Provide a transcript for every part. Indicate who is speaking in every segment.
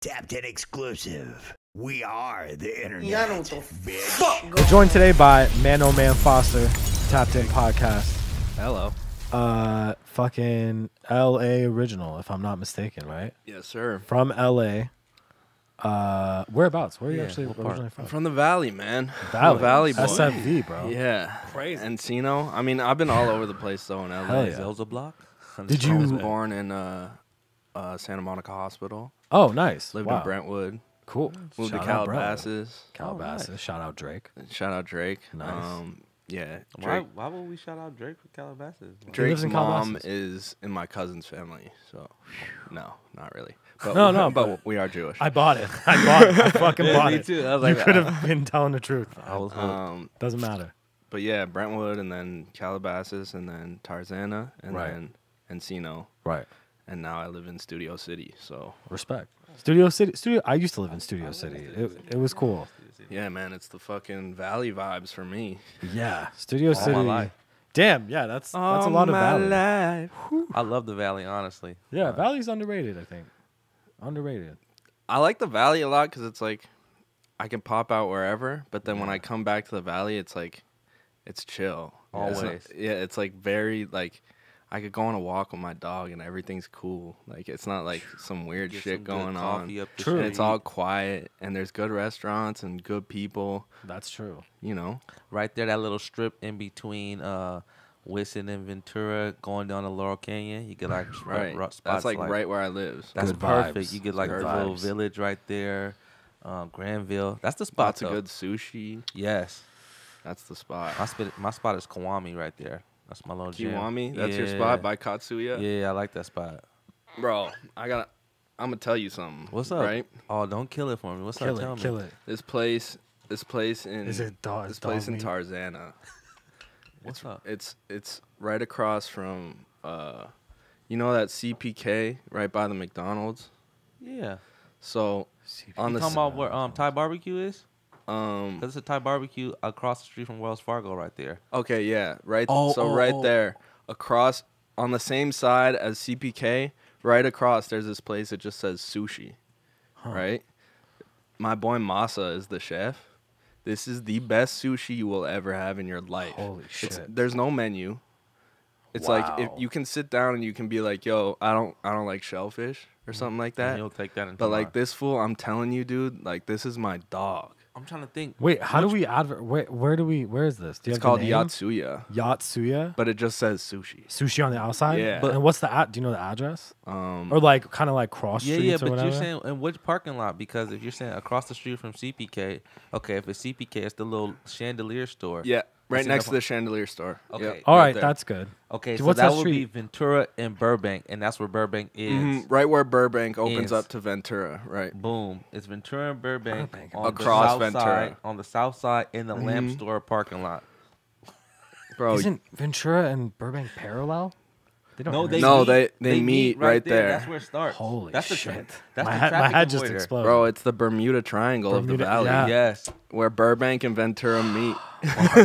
Speaker 1: Tapped in exclusive. We are the internet.
Speaker 2: Y'all know what the
Speaker 1: bitch.
Speaker 2: fuck
Speaker 3: We're
Speaker 2: going
Speaker 3: joined today by Man O Man Foster, Top 10 Podcast.
Speaker 4: Hello.
Speaker 3: Uh, fucking LA original, if I'm not mistaken, right?
Speaker 4: Yes, sir.
Speaker 3: From LA. Uh, whereabouts? Where are you
Speaker 4: Yeah,
Speaker 3: actually
Speaker 4: what part?
Speaker 3: originally from?
Speaker 4: I'm from the Valley, man. I'm a
Speaker 3: Valley.
Speaker 4: Valley boy.
Speaker 3: SFV, bro.
Speaker 4: Yeah.
Speaker 5: Crazy.
Speaker 4: Encino. I mean, I've been all over the place though in LA.
Speaker 3: Hell yeah.
Speaker 5: Zelda block. I'm
Speaker 3: Did
Speaker 4: I was
Speaker 3: you-
Speaker 4: born in uh, uh, Santa Monica Hospital.
Speaker 3: Oh, nice.
Speaker 4: Lived
Speaker 3: wow.
Speaker 4: in Brentwood.
Speaker 3: Cool.
Speaker 4: Moved
Speaker 3: Shout
Speaker 4: to
Speaker 3: out Brentwood.
Speaker 4: Calabasas. Oh,
Speaker 3: Calabasas. Shout out Drake.
Speaker 4: Shout out Drake.
Speaker 3: Nice.
Speaker 4: Um, yeah.
Speaker 5: Why,
Speaker 4: Drake.
Speaker 5: why would we shout out Drake for Calabasas? Like,
Speaker 4: Drake's
Speaker 3: lives in
Speaker 4: mom
Speaker 3: Calabasas?
Speaker 4: is in my cousin's family, so no, not really. But
Speaker 3: No, no,
Speaker 4: but,
Speaker 3: but-
Speaker 4: we are Jewish.
Speaker 3: I bought it. I bought it. I fucking
Speaker 5: Yeah,
Speaker 3: bought
Speaker 5: me
Speaker 3: it.
Speaker 5: too. I was
Speaker 3: you
Speaker 5: like,
Speaker 3: could have been telling the truth.
Speaker 5: I was hooked.
Speaker 4: um,
Speaker 3: Doesn't matter.
Speaker 4: but yeah, Brentwood and then Calabasas and then Tarzana and
Speaker 3: Right.
Speaker 4: then Encino.
Speaker 3: Right.
Speaker 4: And now I live in Studio City. So
Speaker 3: Respect. Studio City. Studio. I used to live in Studio City. It, it was cool.
Speaker 4: yeah, man, it's the fucking valley vibes for me.
Speaker 3: Yeah, Studio
Speaker 5: my
Speaker 3: City.
Speaker 5: life.
Speaker 3: Damn, yeah, that's that's a lot of Valley.
Speaker 4: life.
Speaker 5: I love the Valley, honestly.
Speaker 3: Yeah, Valley's underrated. I think underrated.
Speaker 4: I like the valley a lot because it's like I can pop out wherever, but then when I come back to the valley, it's like it's chill. It's not-
Speaker 5: Always.
Speaker 4: yeah, it's like very like I could go on a walk with my dog and everything's cool. Like it's not like some weird
Speaker 5: Get
Speaker 4: shit
Speaker 5: some good
Speaker 4: going on.
Speaker 5: coffee up the
Speaker 3: True.
Speaker 4: And it's
Speaker 5: street.
Speaker 4: all quiet and there's good restaurants and good people.
Speaker 3: That's true.
Speaker 4: You know,
Speaker 5: right there, that little strip in between uh, Whiston and Ventura, going down to Laurel Canyon. You get like spot-
Speaker 4: right?
Speaker 5: ro- spots
Speaker 4: That's like, right where I live. So
Speaker 5: That's
Speaker 3: Good
Speaker 5: perfect.
Speaker 3: vibes.
Speaker 5: You get like
Speaker 4: Good
Speaker 5: the little
Speaker 3: vibes.
Speaker 5: village right there, um, Granville. That's the spot.
Speaker 4: lots of
Speaker 5: though.
Speaker 4: good sushi.
Speaker 5: Yes,
Speaker 4: That's the spot.
Speaker 5: my spot. My spot is Kiwami right there. That's my little gym.
Speaker 4: Kiwami, that's your
Speaker 5: Yeah.
Speaker 4: spot by Katsuya.
Speaker 5: Yeah, I like that spot.
Speaker 4: Bro, I gotta. I'm gonna tell you something.
Speaker 5: What's up?
Speaker 4: Right,
Speaker 5: Oh, don't kill it for me. What's
Speaker 3: Kill
Speaker 5: up? Tell
Speaker 3: it,
Speaker 5: me.
Speaker 3: kill it.
Speaker 4: this place, this place in
Speaker 3: Is it dog?
Speaker 4: this
Speaker 3: dog
Speaker 4: place in
Speaker 3: meat?
Speaker 4: Tarzana.
Speaker 5: What's up?
Speaker 4: It's it's right across from, uh, you know that CPK right by the McDonald's.
Speaker 5: Yeah.
Speaker 4: So on
Speaker 5: You
Speaker 4: the
Speaker 5: talking
Speaker 4: s-
Speaker 5: about where um Thai barbecue is?
Speaker 4: um
Speaker 5: Cause it's a Thai barbecue across the street from Wells Fargo right there.
Speaker 4: okay yeah right
Speaker 5: Oh,
Speaker 4: so
Speaker 5: oh,
Speaker 4: right
Speaker 5: oh.
Speaker 4: there across on the same side as CPK right across there's this place that just says sushi, right? My boy Masa is the chef. This is the best sushi you will ever have in your life.
Speaker 3: Holy
Speaker 4: It's-
Speaker 3: shit.
Speaker 4: there's no menu. It's like if
Speaker 3: Wow.
Speaker 4: you can sit down and you can be like, "Yo, I don't, I don't like shellfish or
Speaker 3: Mm-hmm.
Speaker 4: something like
Speaker 5: And
Speaker 4: that."
Speaker 5: you'll take that. into
Speaker 4: But like
Speaker 5: mind.
Speaker 4: this fool, I'm telling you, dude, like this is my dog.
Speaker 5: I'm trying to think.
Speaker 3: Wait, how do we advert? Where, where do we? Where is this? Do you
Speaker 4: It's
Speaker 3: have
Speaker 4: called
Speaker 3: the name?
Speaker 4: Yatsuya,
Speaker 3: Yatsuya.
Speaker 4: but it just says sushi.
Speaker 3: Sushi on the outside.
Speaker 4: Yeah.
Speaker 3: But and what's the ad? Do you know the address?
Speaker 4: Um,
Speaker 3: Or like kind of like cross
Speaker 5: Yeah,
Speaker 3: streets
Speaker 5: yeah,
Speaker 3: or
Speaker 5: but
Speaker 3: whatever.
Speaker 5: you're saying in which parking lot? Because if you're saying across the street from CPK, okay, if it's CPK, it's the little chandelier store.
Speaker 4: yeah, right
Speaker 5: It's in
Speaker 4: next to
Speaker 5: the-
Speaker 4: the chandelier store. Yep,
Speaker 5: Okay.
Speaker 3: All right,
Speaker 4: there.
Speaker 3: that's good.
Speaker 5: Okay,
Speaker 3: Dude,
Speaker 5: so
Speaker 3: what's
Speaker 5: that
Speaker 3: that
Speaker 5: would be
Speaker 3: street?
Speaker 5: Ventura and Burbank, and that's where Burbank is.
Speaker 4: Mhm, right where Burbank opens
Speaker 5: Is.
Speaker 4: up to Ventura. Right.
Speaker 5: Boom! It's Ventura and Burbank
Speaker 3: Burbank.
Speaker 5: on
Speaker 4: Across
Speaker 5: the south
Speaker 4: Ventura. Mm-hmm.
Speaker 5: side, on the south side in the Lamb Store parking lot.
Speaker 4: Bro,
Speaker 3: Isn't Ventura and Burbank parallel? They don't.
Speaker 5: No,
Speaker 3: intersect.
Speaker 5: they
Speaker 4: No,
Speaker 5: meet,
Speaker 4: they- they meet right there.
Speaker 5: That's where it starts.
Speaker 3: Holy
Speaker 5: that's the
Speaker 3: shit!
Speaker 5: tra- that's
Speaker 3: my,
Speaker 5: the
Speaker 3: head, my
Speaker 5: traffic
Speaker 3: head just
Speaker 5: avoider.
Speaker 3: exploded.
Speaker 4: bro, it's the Bermuda Triangle of
Speaker 3: Bermuda-
Speaker 4: the valley,
Speaker 3: yeah.
Speaker 5: Yes.
Speaker 4: where Burbank and Ventura meet.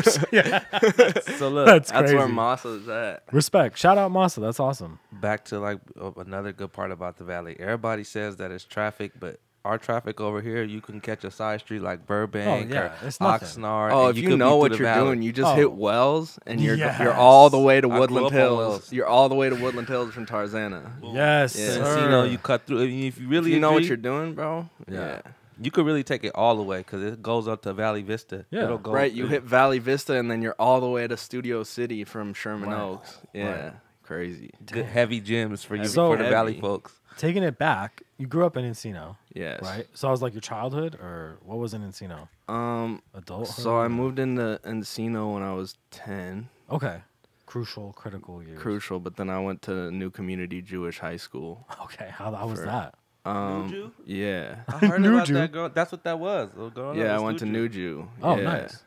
Speaker 5: So look,
Speaker 3: That's
Speaker 4: That's where
Speaker 3: crazy.
Speaker 4: Masa is at.
Speaker 3: Respect. Shout out Masa. That's awesome.
Speaker 5: back to like uh, another good part about the valley. Everybody says that it's traffic, but our traffic over here, you can catch a side street like Burbank
Speaker 3: Oh, yeah,
Speaker 5: or
Speaker 3: it's nothing.
Speaker 5: Oxnard.
Speaker 4: Oh, if
Speaker 5: and
Speaker 4: you,
Speaker 5: could be
Speaker 4: know
Speaker 5: through
Speaker 4: what
Speaker 5: the
Speaker 4: you're
Speaker 5: valley.
Speaker 4: doing, you just
Speaker 3: Oh.
Speaker 4: hit Wells and you're you're
Speaker 3: Yes.
Speaker 4: all the way to
Speaker 5: grew
Speaker 4: Woodland
Speaker 5: up on
Speaker 4: Hills.
Speaker 5: Wells.
Speaker 4: You're all the way to Woodland Hills from Tarzana.
Speaker 3: Yes,
Speaker 4: Yeah.
Speaker 5: Since, you know, you cut through. I mean, if you
Speaker 4: If
Speaker 5: really
Speaker 4: you know what
Speaker 5: agree,
Speaker 4: you're doing, bro.
Speaker 3: Yeah.
Speaker 5: you could really take it all the way because it goes up to Valley Vista.
Speaker 3: Yeah.
Speaker 5: It'll go
Speaker 4: Right, you
Speaker 5: through.
Speaker 4: hit Valley Vista and then you're all the way to Studio City from Sherman
Speaker 3: Wow.
Speaker 4: Oaks. Yeah. Crazy.
Speaker 5: good heavy gyms for you
Speaker 3: So
Speaker 5: for the Valley
Speaker 4: heavy.
Speaker 5: folks.
Speaker 3: taking it back, you grew up in Encino,
Speaker 4: Yes.
Speaker 3: right? So I was like, your childhood, or what was in Encino?
Speaker 4: Um
Speaker 3: Adult.
Speaker 4: so I moved into Encino when I was 10,
Speaker 3: Okay. Crucial, critical years.
Speaker 4: crucial, but then I went to New Community Jewish High School.
Speaker 3: Okay, how, how was that?
Speaker 4: Um
Speaker 5: Jew?
Speaker 4: yeah.
Speaker 5: I heard
Speaker 3: New
Speaker 5: about
Speaker 3: Jew.
Speaker 5: that girl. That's what that was. uh, The girl that
Speaker 4: Yeah, I
Speaker 5: was
Speaker 4: went to
Speaker 5: Jew.
Speaker 4: New Jew.
Speaker 3: Oh,
Speaker 4: Yeah.
Speaker 3: nice.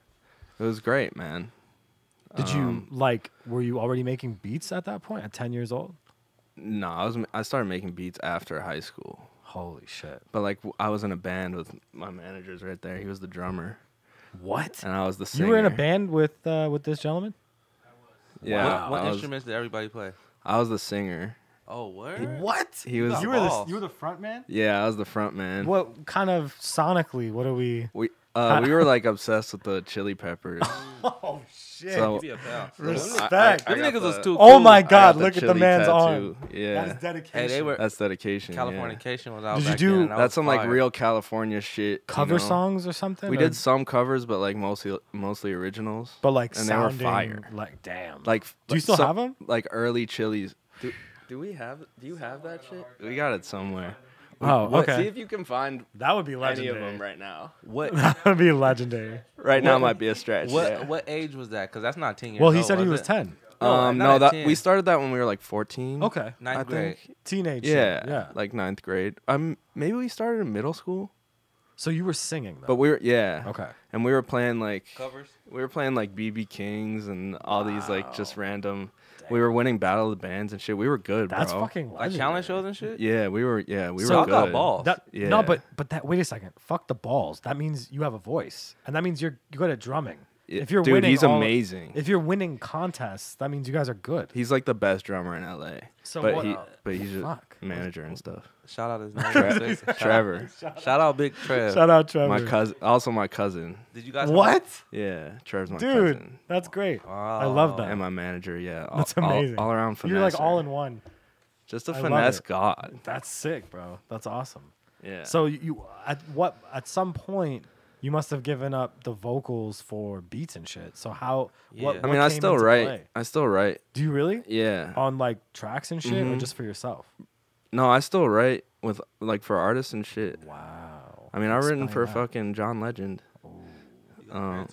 Speaker 4: It was great, man.
Speaker 3: Did
Speaker 4: Um,
Speaker 3: you like? Were you already making beats at that point? At ten years old?
Speaker 4: No, I was I started making beats after high school,
Speaker 3: Holy shit!
Speaker 4: but like w- I was in a band with my managers right there. He was the drummer,
Speaker 3: What?
Speaker 4: and I was the singer.
Speaker 3: You were in a band with uh, with this gentleman?
Speaker 4: Yeah,
Speaker 5: What, what
Speaker 4: I, was,
Speaker 5: instruments did everybody play?
Speaker 4: I was the singer,
Speaker 5: Oh, word?
Speaker 4: What? He was.
Speaker 5: You
Speaker 3: You were the
Speaker 5: Balls.
Speaker 3: you were the front man.
Speaker 4: yeah, I was the front man.
Speaker 3: What kind of sonically? What are we?
Speaker 4: We uh, we were like obsessed with the Chili Peppers.
Speaker 3: Oh shit!
Speaker 4: So
Speaker 5: You be a pal.
Speaker 3: Respect.
Speaker 4: I
Speaker 5: Them niggas
Speaker 4: got
Speaker 5: was
Speaker 4: the-
Speaker 5: too
Speaker 3: oh
Speaker 5: cool.
Speaker 3: my
Speaker 4: I got
Speaker 3: god! Look at the
Speaker 4: chili
Speaker 3: man's
Speaker 4: tattoo.
Speaker 3: arm.
Speaker 4: Yeah,
Speaker 3: That is dedication.
Speaker 5: Hey, they were
Speaker 4: that's dedication. yeah.
Speaker 5: Californication was out
Speaker 3: Did you
Speaker 5: back
Speaker 3: do-
Speaker 5: then, and I was
Speaker 4: That's some like
Speaker 5: fire.
Speaker 4: real California shit.
Speaker 3: cover
Speaker 4: you know?
Speaker 3: songs or something.
Speaker 4: We
Speaker 3: or-
Speaker 4: did some covers, but like mostly mostly originals.
Speaker 3: but like
Speaker 4: and
Speaker 3: sounding
Speaker 4: they were fire.
Speaker 3: like damn.
Speaker 4: Like,
Speaker 3: Do you still have 'em?
Speaker 4: Like early chilies. Do, do we have? Do you have that shit? We got it somewhere.
Speaker 3: oh
Speaker 4: What-
Speaker 3: okay,
Speaker 4: See if you can find
Speaker 3: that would be
Speaker 4: any
Speaker 3: legendary.
Speaker 4: of them right now.
Speaker 5: What?
Speaker 3: that would be legendary.
Speaker 4: Right now might be a stretch.
Speaker 5: What?
Speaker 4: yeah.
Speaker 5: What age was that? Because that's not ten years.
Speaker 3: Well, he
Speaker 5: old,
Speaker 3: said he was
Speaker 5: it?
Speaker 3: ten.
Speaker 4: Um,
Speaker 5: not
Speaker 4: no,
Speaker 5: at
Speaker 4: that
Speaker 5: 10.
Speaker 4: we started that when we were like 14.
Speaker 3: Okay,
Speaker 5: Ninth
Speaker 4: I
Speaker 5: grade.
Speaker 4: think.
Speaker 3: teenage. shit,
Speaker 4: Yeah,
Speaker 3: yeah.
Speaker 4: like ninth grade. Um, maybe we started in middle school,
Speaker 3: so you were singing though.
Speaker 4: but we were yeah.
Speaker 3: Okay.
Speaker 4: And we were playing like
Speaker 5: Covers.
Speaker 4: we were playing like BB Kings and all these like just random. We were winning battle of the bands and shit. We were good,
Speaker 3: That's
Speaker 4: bro.
Speaker 3: fucking
Speaker 5: Like
Speaker 3: legendary.
Speaker 5: challenge shows and shit.
Speaker 4: Yeah, we were. Yeah, we
Speaker 5: So
Speaker 4: were
Speaker 5: I
Speaker 4: good.
Speaker 5: got balls.
Speaker 3: That,
Speaker 4: Yeah.
Speaker 3: No, but but that wait a second. Fuck the balls. That means you have a voice, and that means you're you're good at drumming.
Speaker 4: Yeah,
Speaker 3: If you're
Speaker 4: dude,
Speaker 3: winning,
Speaker 4: he's
Speaker 3: all-
Speaker 4: amazing.
Speaker 3: If you're winning contests, that means you guys are good.
Speaker 4: He's like the best drummer in LA.
Speaker 3: So
Speaker 4: but
Speaker 3: what-
Speaker 4: he, but he's just
Speaker 3: Fuck.
Speaker 4: manager and stuff.
Speaker 5: Shout out his name.
Speaker 4: Trevor,
Speaker 5: Shout out Big Trev.
Speaker 3: Shout out Trevor.
Speaker 4: my cousin, also my cousin.
Speaker 5: Did you guys?
Speaker 3: What,
Speaker 4: Yeah, Trevor's my
Speaker 3: dude?
Speaker 4: cousin.
Speaker 3: That's great. I love that.
Speaker 4: and my manager. Yeah, all,
Speaker 3: That's
Speaker 4: all-
Speaker 3: amazing.
Speaker 4: All, around finesse.
Speaker 3: You're like all in one.
Speaker 4: Just a
Speaker 3: I love
Speaker 4: finesse
Speaker 3: it.
Speaker 4: god.
Speaker 3: That's sick, bro. That's awesome.
Speaker 4: Yeah.
Speaker 3: So you- you at what at some point you must have given up the vocals for beats and shit. So how? What,
Speaker 5: Yeah.
Speaker 4: I
Speaker 3: what
Speaker 4: mean, I
Speaker 3: came
Speaker 4: still
Speaker 3: into
Speaker 4: write.
Speaker 3: play?
Speaker 4: I still write.
Speaker 3: Do you really?
Speaker 4: Yeah. Mm-hmm.
Speaker 3: On like tracks and shit, or just for yourself?
Speaker 4: no, I still write with like for artists and shit.
Speaker 3: Wow.
Speaker 4: I mean, I've written
Speaker 3: Explain
Speaker 4: for
Speaker 3: that.
Speaker 4: fucking John Legend.
Speaker 5: Um,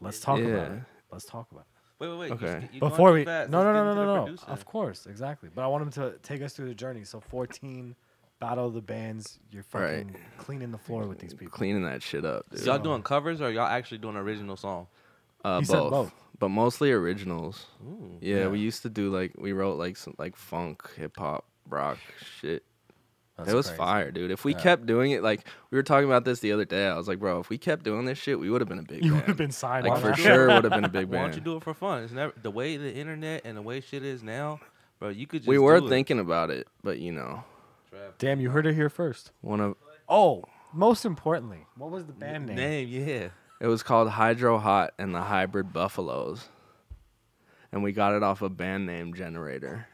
Speaker 3: Let's talk about
Speaker 4: Yeah.
Speaker 3: it. Let's talk about it.
Speaker 5: Wait, wait, wait.
Speaker 4: Okay.
Speaker 5: You, you going
Speaker 3: Before
Speaker 5: too
Speaker 3: we
Speaker 5: fast.
Speaker 3: no no
Speaker 5: Let's
Speaker 3: no
Speaker 5: get
Speaker 3: no
Speaker 5: into the
Speaker 3: no no.
Speaker 5: producer.
Speaker 3: Of course, exactly. But I want him to take us through the journey. So fourteen, battle of the bands. You're
Speaker 4: Right.
Speaker 3: fucking cleaning the floor with these people.
Speaker 4: Cleaning that shit up, dude.
Speaker 5: Y'all doing covers or y'all actually doing original song?
Speaker 4: Uh,
Speaker 3: He
Speaker 4: both,
Speaker 3: said both.
Speaker 4: but mostly originals. yeah,
Speaker 3: Yeah.
Speaker 4: we used to do like we wrote like some like funk, hip hop, rock shit.
Speaker 3: That's
Speaker 4: it was
Speaker 3: crazy.
Speaker 4: fire, dude. If we kept doing it, like we were talking about this the other day, I was like, bro, if we kept doing this shit, we would have been a big.
Speaker 3: You
Speaker 4: band.
Speaker 3: would have been signed
Speaker 4: like
Speaker 3: on
Speaker 4: for
Speaker 3: that.
Speaker 4: sure would have been a big
Speaker 5: Why don't you
Speaker 4: band.
Speaker 5: do it for fun? It's never the way the internet and the way shit is now, bro. You could just
Speaker 4: We were
Speaker 5: do it.
Speaker 4: thinking about it, but you know,
Speaker 5: Trev.
Speaker 3: Damn, you heard it here first.
Speaker 4: one of
Speaker 3: Oh, most importantly, what was the band name?
Speaker 5: name, yeah.
Speaker 4: it was called Hydro Hot and the Hybrid Buffaloes, and we got it off a band name generator.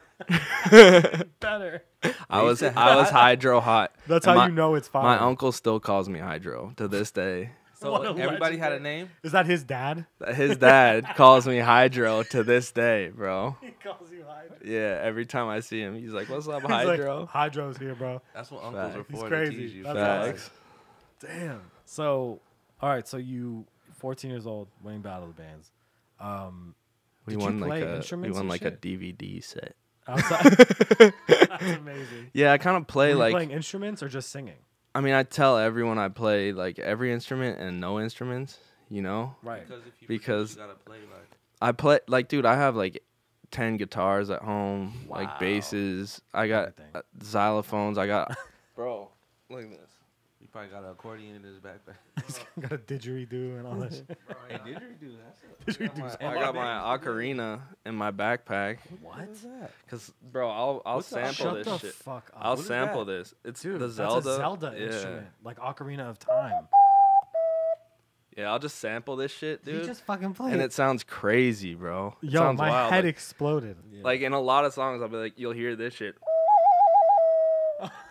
Speaker 3: Better.
Speaker 4: I was I was Hydro Hot.
Speaker 3: That's
Speaker 4: and
Speaker 3: how
Speaker 4: my-
Speaker 3: you know it's fire.
Speaker 4: My uncle still calls me Hydro to this day.
Speaker 5: So
Speaker 3: What a
Speaker 5: everybody had a
Speaker 3: legendary-
Speaker 5: name.
Speaker 3: Is that his dad?
Speaker 4: His dad calls me Hydro to this day, bro.
Speaker 3: He calls you Hydro.
Speaker 4: Yeah, every time I see him, he's like, "What's up,
Speaker 3: He's like,
Speaker 4: Hydro?"
Speaker 3: Hydro's here, bro.
Speaker 5: That's what uncles
Speaker 4: Facts.
Speaker 5: are
Speaker 3: He's
Speaker 5: for. to
Speaker 3: crazy.
Speaker 5: tease you.
Speaker 3: That's
Speaker 5: facts.
Speaker 4: Facts.
Speaker 3: Damn. So, all right. So you, 14 years old, winning Battle of the Bands.
Speaker 4: We
Speaker 3: Did you
Speaker 4: won
Speaker 3: play
Speaker 4: like a we
Speaker 3: instruments
Speaker 4: won
Speaker 3: and
Speaker 4: like a
Speaker 3: shit?
Speaker 4: DVD set.
Speaker 3: Outside. That's amazing.
Speaker 4: Yeah, I kind of play
Speaker 3: Were you
Speaker 4: like
Speaker 3: playing instruments or just singing?
Speaker 4: I mean, I tell everyone I play like every instrument and no instruments, you know?
Speaker 3: Right.
Speaker 5: Because if you
Speaker 4: Because-
Speaker 5: you gotta play like
Speaker 4: I play like dude, I have like 10 guitars at home, like basses. I got
Speaker 3: Everything.
Speaker 4: uh, xylophones. I got Bro, look at this.
Speaker 5: you probably got an accordion in his backpack.
Speaker 3: Got a didgeridoo and all that shit.
Speaker 5: hey, didgerydo, that's it.
Speaker 3: Didgeridoo's
Speaker 4: I got my ocarina in my backpack
Speaker 3: What?
Speaker 4: cuz bro, I'll I'll
Speaker 5: What's up?
Speaker 4: sample
Speaker 3: Shut
Speaker 4: this
Speaker 3: the
Speaker 4: shit.
Speaker 3: fuck up.
Speaker 4: I'll
Speaker 5: What is
Speaker 4: sample
Speaker 5: that?
Speaker 4: this. It's
Speaker 3: Dude,
Speaker 4: the
Speaker 3: that's
Speaker 4: Zelda.
Speaker 3: a Zelda
Speaker 4: yeah.
Speaker 3: instrument, like Ocarina of Time.
Speaker 4: Yeah, I'll just sample this shit,
Speaker 3: He
Speaker 4: dude.
Speaker 3: just fucking played.
Speaker 4: and it sounds crazy, bro. It
Speaker 3: Yo,
Speaker 4: sounds
Speaker 3: my
Speaker 4: wild.
Speaker 3: head
Speaker 4: like-
Speaker 3: exploded.
Speaker 4: Like in a lot of songs, I'll be like, you'll hear this shit.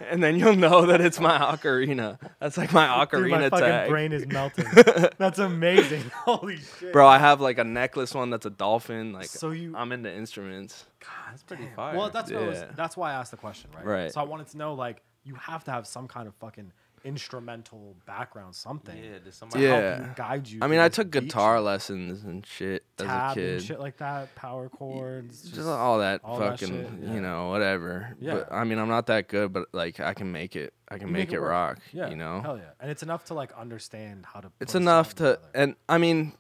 Speaker 4: And then you'll know that it's my ocarina. That's like my
Speaker 3: Dude, my
Speaker 4: ocarina
Speaker 3: fucking
Speaker 4: tag.
Speaker 3: brain is melting. That's amazing. Holy shit.
Speaker 4: Bro, I have like a necklace one that's a dolphin. Like
Speaker 3: So you-
Speaker 4: I'm into instruments.
Speaker 5: That's pretty fire.
Speaker 3: Well, that's what I was,
Speaker 4: Yeah.
Speaker 3: that's why I asked the question, right?
Speaker 4: Right.
Speaker 3: So I wanted to know, like, you have to have some kind of fucking instrumental background, something.
Speaker 5: yeah. Did
Speaker 3: To
Speaker 5: somebody?
Speaker 4: Yeah.
Speaker 3: help you guide you.
Speaker 4: I
Speaker 3: through
Speaker 4: mean, I
Speaker 3: this
Speaker 4: took
Speaker 3: beat
Speaker 4: guitar
Speaker 3: shit,
Speaker 4: lessons and shit as
Speaker 3: tab
Speaker 4: a
Speaker 3: and
Speaker 4: kid.
Speaker 3: shit like that, power chords,
Speaker 4: just, all that
Speaker 3: all that
Speaker 4: fucking,
Speaker 3: shit, yeah.
Speaker 4: you know, whatever.
Speaker 3: Yeah.
Speaker 4: But I mean, I'm not that good, but like I can make it. I can
Speaker 3: you
Speaker 4: make, it,
Speaker 3: work.
Speaker 4: rock.
Speaker 3: Yeah,
Speaker 4: You know,
Speaker 3: hell yeah, and it's enough to like understand how to.
Speaker 4: it's
Speaker 3: put a
Speaker 4: enough
Speaker 3: song
Speaker 4: to
Speaker 3: together.
Speaker 4: and i mean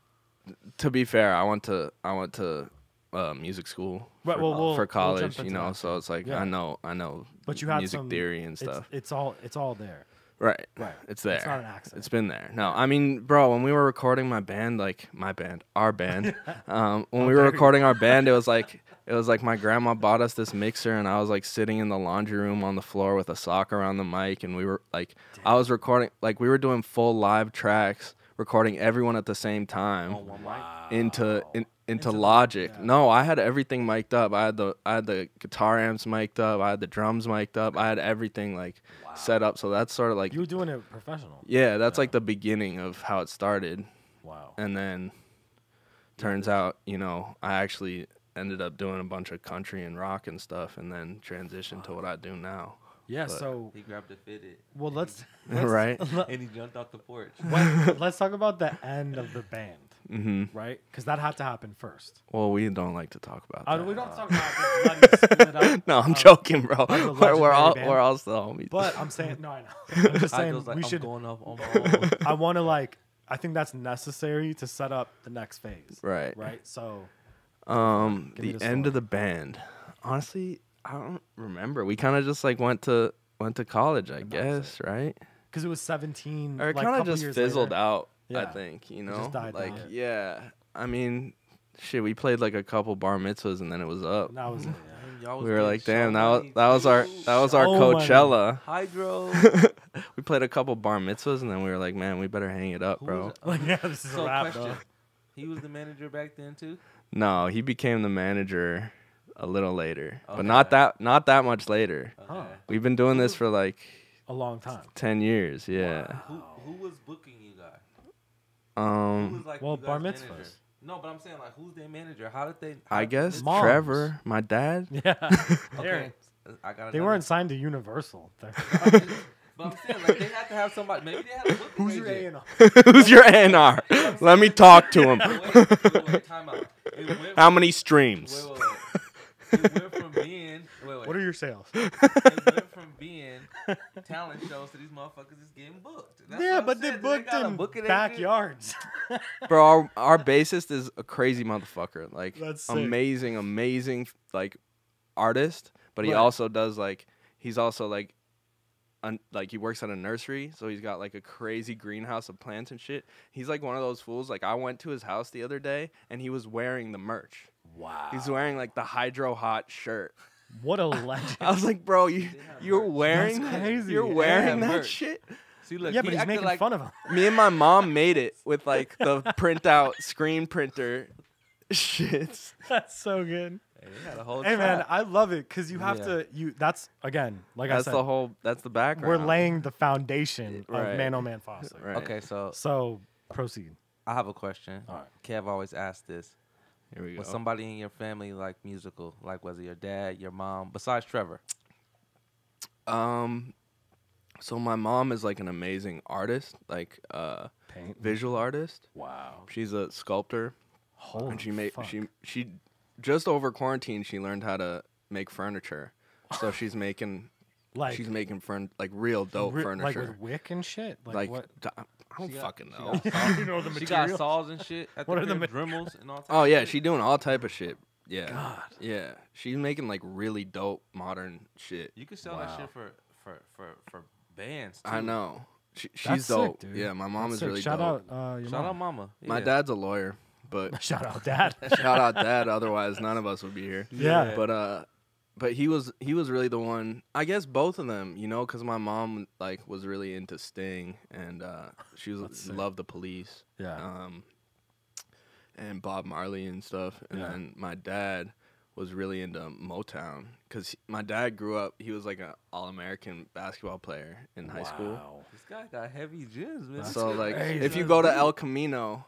Speaker 4: to be fair i went to i went to uh, music school
Speaker 3: Right,
Speaker 4: for,
Speaker 3: well, we'll-
Speaker 4: for
Speaker 3: we'll
Speaker 4: college
Speaker 3: jump
Speaker 4: you
Speaker 3: into
Speaker 4: know
Speaker 3: that
Speaker 4: so it's like
Speaker 3: Yeah.
Speaker 4: i know i know
Speaker 3: but you have
Speaker 4: music
Speaker 3: some
Speaker 4: theory and
Speaker 3: it's-
Speaker 4: stuff
Speaker 3: It's, all it's all there.
Speaker 4: Right.
Speaker 3: Right.
Speaker 4: It's there.
Speaker 3: not an accident.
Speaker 4: It's been there. No, I mean, bro, when we were recording my band, like my band, our band, um,
Speaker 3: Oh,
Speaker 4: when we were recording our band, it was like it was like my grandma bought us this mixer and I was like sitting in the laundry room on the floor with a sock around the mic and we were like I was recording like we were doing full live tracks, recording everyone at the same time
Speaker 3: Oh,
Speaker 4: into in, into, Logic. No, I had everything mic'd up. I had the I had the guitar amps mic'd up. I had the drums mic'd up. I had everything like set up. So that's sort of like
Speaker 3: You were doing it professional.
Speaker 4: yeah, that's like the beginning of how it started,
Speaker 3: Wow.
Speaker 4: and then turns out you know I actually ended up doing a bunch of country and rock and stuff, and then transitioned to what I do now.
Speaker 3: Yeah.
Speaker 4: But-
Speaker 3: So
Speaker 5: He grabbed a fitted
Speaker 3: well, let's
Speaker 4: right?
Speaker 5: and he jumped off the porch.
Speaker 3: what, let's talk about the end of the band,
Speaker 4: hmm
Speaker 3: right? Because that had to happen first.
Speaker 4: Well, we don't like to talk about
Speaker 3: Uh,
Speaker 4: that.
Speaker 3: we don't talk about this. bloody split up.
Speaker 4: no, I'm
Speaker 3: Um,
Speaker 4: joking, bro.
Speaker 3: a
Speaker 4: We're, we're all
Speaker 3: legendary band.
Speaker 4: we're all still homies.
Speaker 3: But I'm saying no. I know. I'm just
Speaker 5: I
Speaker 3: saying
Speaker 5: was like,
Speaker 3: we
Speaker 5: I'm
Speaker 3: should.
Speaker 5: going off on my own.
Speaker 3: I want to like. I think that's necessary to set up the next phase.
Speaker 4: Right.
Speaker 3: Right. So
Speaker 4: Um,
Speaker 3: Give me
Speaker 4: the
Speaker 3: the
Speaker 4: end
Speaker 3: story.
Speaker 4: of the band. Honestly, I don't remember. We kind of just like went to went to college, I guess, right?
Speaker 3: because it was 17.
Speaker 4: Or it
Speaker 3: like,
Speaker 4: kind of
Speaker 3: couple
Speaker 4: just
Speaker 3: years
Speaker 4: fizzled
Speaker 3: later.
Speaker 4: out. I
Speaker 3: Yeah.
Speaker 4: think you know,
Speaker 3: just died
Speaker 4: like
Speaker 3: down.
Speaker 4: yeah. I mean, shit, we played like a couple bar mitzvahs and then it was up.
Speaker 3: And that was it. yeah.
Speaker 5: Y'all was
Speaker 4: we were
Speaker 5: getting
Speaker 4: like,
Speaker 5: so
Speaker 4: damn, that was,
Speaker 5: many
Speaker 4: that was our
Speaker 5: views.
Speaker 4: that was our
Speaker 3: Oh my
Speaker 4: Coachella.
Speaker 5: hydro.
Speaker 4: we played a couple bar mitzvahs and then we were like, man, we better hang it up,
Speaker 5: Who
Speaker 4: bro.
Speaker 5: was it?
Speaker 3: Like, yeah, this is
Speaker 5: so
Speaker 3: a wrap,
Speaker 5: question.
Speaker 3: though.
Speaker 5: He was the manager back then too.
Speaker 4: No, he became the manager a little later,
Speaker 5: Okay. Uh-huh.
Speaker 4: but not that not that much later.
Speaker 3: Huh.
Speaker 5: Okay.
Speaker 4: We've been doing this for like
Speaker 3: A long time.
Speaker 4: 10 years, yeah.
Speaker 5: Who who was booking you guys? Who
Speaker 4: Um,
Speaker 5: was like
Speaker 3: Well,
Speaker 5: you guys
Speaker 3: bar
Speaker 5: manager?
Speaker 3: mitzvahs.
Speaker 5: No, but I'm saying like, who's their manager? How did they?
Speaker 4: I
Speaker 5: how-
Speaker 4: guess
Speaker 3: Moms.
Speaker 4: Trevor, my dad.
Speaker 3: Yeah.
Speaker 5: Okay. I got.
Speaker 3: They
Speaker 5: another-
Speaker 3: weren't signed to Universal. They're-
Speaker 5: But I'm saying like they had to have somebody. Maybe they had a booking
Speaker 3: Who's your
Speaker 5: agent.
Speaker 3: A&R?
Speaker 4: Who's your A&R? Let me talk to him.
Speaker 5: Wait, wait, wait, wait, time out. It went
Speaker 4: How
Speaker 5: from-
Speaker 4: many
Speaker 5: Wait,
Speaker 4: streams?
Speaker 5: wait, wait. It went from being wait, wait.
Speaker 3: What are your sales?
Speaker 5: it went from being talent shows to these motherfuckers is getting booked. That's what
Speaker 3: yeah,
Speaker 5: I'm
Speaker 3: but they
Speaker 5: saying.
Speaker 3: booked
Speaker 5: got a
Speaker 3: in
Speaker 5: booking agent.
Speaker 3: backyards.
Speaker 4: Bro, our, our bassist is a crazy motherfucker. Like,
Speaker 3: That's sick.
Speaker 4: amazing, amazing, like, artist. But he
Speaker 3: Right.
Speaker 4: also does, like, he's also, like, un, like he works at a nursery, so he's got like a crazy greenhouse of plants and shit. He's like one of those fools. Like I went to his house the other day, and he was wearing the merch.
Speaker 3: wow.
Speaker 4: He's wearing like the Hydro Hot shirt.
Speaker 3: What a legend.
Speaker 4: I was like, bro, you
Speaker 5: have
Speaker 4: you're
Speaker 5: merch.
Speaker 4: wearing
Speaker 3: That's
Speaker 4: that-
Speaker 3: crazy.
Speaker 4: you're
Speaker 3: They
Speaker 4: wearing
Speaker 5: have
Speaker 4: that
Speaker 5: merch.
Speaker 4: shit.
Speaker 5: See, look,
Speaker 3: yeah,
Speaker 5: he
Speaker 3: but he's
Speaker 5: acted
Speaker 3: making
Speaker 5: like,
Speaker 3: fun of him.
Speaker 4: Me and my mom made it with like the printout screen printer shits.
Speaker 3: That's so good.
Speaker 5: Hey, they had a whole
Speaker 3: Hey man,
Speaker 5: trap.
Speaker 3: I love it because you have
Speaker 5: Yeah.
Speaker 3: to. You that's again, like
Speaker 4: That's
Speaker 3: I
Speaker 4: the
Speaker 3: said,
Speaker 4: whole. That's the background.
Speaker 3: we're laying the foundation
Speaker 4: Right.
Speaker 3: of Man O Man Foster.
Speaker 4: Right.
Speaker 5: Okay, so
Speaker 3: So proceed.
Speaker 5: I have a question.
Speaker 3: All right.
Speaker 5: Kev always asked this.
Speaker 4: Here we go.
Speaker 5: Was somebody in your family like musical? Like was it your dad, your mom, besides Trevor?
Speaker 4: um, so my mom is like an amazing artist, like uh,
Speaker 3: Paint.
Speaker 4: visual artist.
Speaker 3: Wow.
Speaker 4: She's a sculptor,
Speaker 3: Holy
Speaker 4: and she made
Speaker 3: fuck.
Speaker 4: she she just over quarantine she learned how to make furniture. So she's making
Speaker 3: like
Speaker 4: she's making furn like real dope
Speaker 3: re-
Speaker 4: furniture.
Speaker 3: like with wick and shit. Like,
Speaker 4: like
Speaker 3: what?
Speaker 4: d- I don't
Speaker 5: She got-
Speaker 4: fucking
Speaker 5: she
Speaker 4: know.
Speaker 5: got saws-
Speaker 3: You know the
Speaker 5: She got
Speaker 3: material.
Speaker 5: saws and shit. At
Speaker 3: What
Speaker 5: the
Speaker 3: are the
Speaker 5: crib,
Speaker 3: ma-
Speaker 5: Dremels and all types
Speaker 4: oh
Speaker 5: of
Speaker 4: yeah,
Speaker 5: shit.
Speaker 4: she doing all type of shit. Yeah.
Speaker 3: God.
Speaker 4: Yeah. She's making like really dope modern shit.
Speaker 5: You could sell that shit for for for for bands. Too.
Speaker 4: I know. She, she's
Speaker 3: That's sick,
Speaker 4: dope.
Speaker 3: dude.
Speaker 4: yeah, my mom
Speaker 3: That's
Speaker 4: is
Speaker 3: sick.
Speaker 4: really
Speaker 3: Shout
Speaker 4: dope.
Speaker 3: out, uh, your
Speaker 5: Shout out,
Speaker 3: mom.
Speaker 5: mama.
Speaker 4: My
Speaker 5: Yeah.
Speaker 4: dad's a lawyer, but
Speaker 3: Shout out, dad.
Speaker 4: shout out dad, otherwise none of us would be here.
Speaker 3: Yeah.
Speaker 4: But uh but he was he was really the one. I guess both of them, you know, cuz my mom like was really into Sting and uh she
Speaker 3: That's
Speaker 4: was
Speaker 3: sick.
Speaker 4: loved the police.
Speaker 3: yeah.
Speaker 4: um, and Bob Marley and stuff. And
Speaker 3: Yeah.
Speaker 4: then my dad was really into Motown because my dad grew up. He was like an all American basketball player in high school.
Speaker 3: Wow.
Speaker 5: This guy got heavy gyms, man.
Speaker 4: So like,
Speaker 3: crazy.
Speaker 4: if you go to El Camino,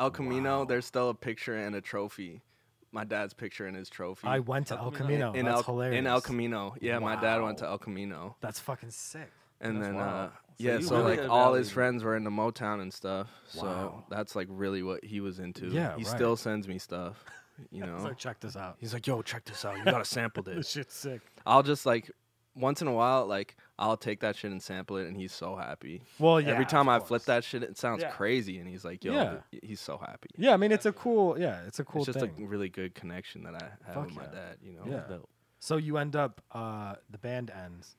Speaker 4: El Camino,
Speaker 3: Wow.
Speaker 4: there's still a picture and a trophy. My dad's picture and his trophy.
Speaker 3: I went to El
Speaker 5: Camino.
Speaker 3: Camino.
Speaker 4: in
Speaker 3: That's
Speaker 4: El,
Speaker 3: hilarious.
Speaker 4: In El Camino, yeah, my dad went to
Speaker 3: Wow.
Speaker 4: El Camino,
Speaker 3: That's fucking sick.
Speaker 4: and
Speaker 5: That's
Speaker 4: then uh,
Speaker 5: wild. So
Speaker 4: yeah,
Speaker 5: you
Speaker 4: so
Speaker 5: really
Speaker 4: like
Speaker 5: a
Speaker 4: all
Speaker 5: valley
Speaker 4: his
Speaker 5: man.
Speaker 4: friends were into Motown and stuff. So
Speaker 3: Wow.
Speaker 4: that's like really what he was into.
Speaker 3: Yeah,
Speaker 4: he
Speaker 3: right.
Speaker 4: still sends me stuff. You know,
Speaker 3: So check this out.
Speaker 4: He's like, yo, check this out. You gotta sample
Speaker 3: This
Speaker 4: this.
Speaker 3: shit's sick.
Speaker 4: I'll just like once in a while, like I'll take that shit and sample it, and he's so happy.
Speaker 3: Well, yeah.
Speaker 4: Every time
Speaker 3: of
Speaker 4: I
Speaker 3: course.
Speaker 4: flip that shit, it sounds
Speaker 3: Yeah.
Speaker 4: crazy, and he's like, yo,
Speaker 3: Yeah.
Speaker 4: th- he's so happy.
Speaker 3: Yeah, I mean it's a cool. Yeah, it's a cool
Speaker 4: it's just
Speaker 3: thing.
Speaker 4: a really good connection that I have
Speaker 3: Fuck
Speaker 4: with my
Speaker 3: yeah.
Speaker 4: dad. You know,
Speaker 3: Yeah. So you end up. uh The band ends.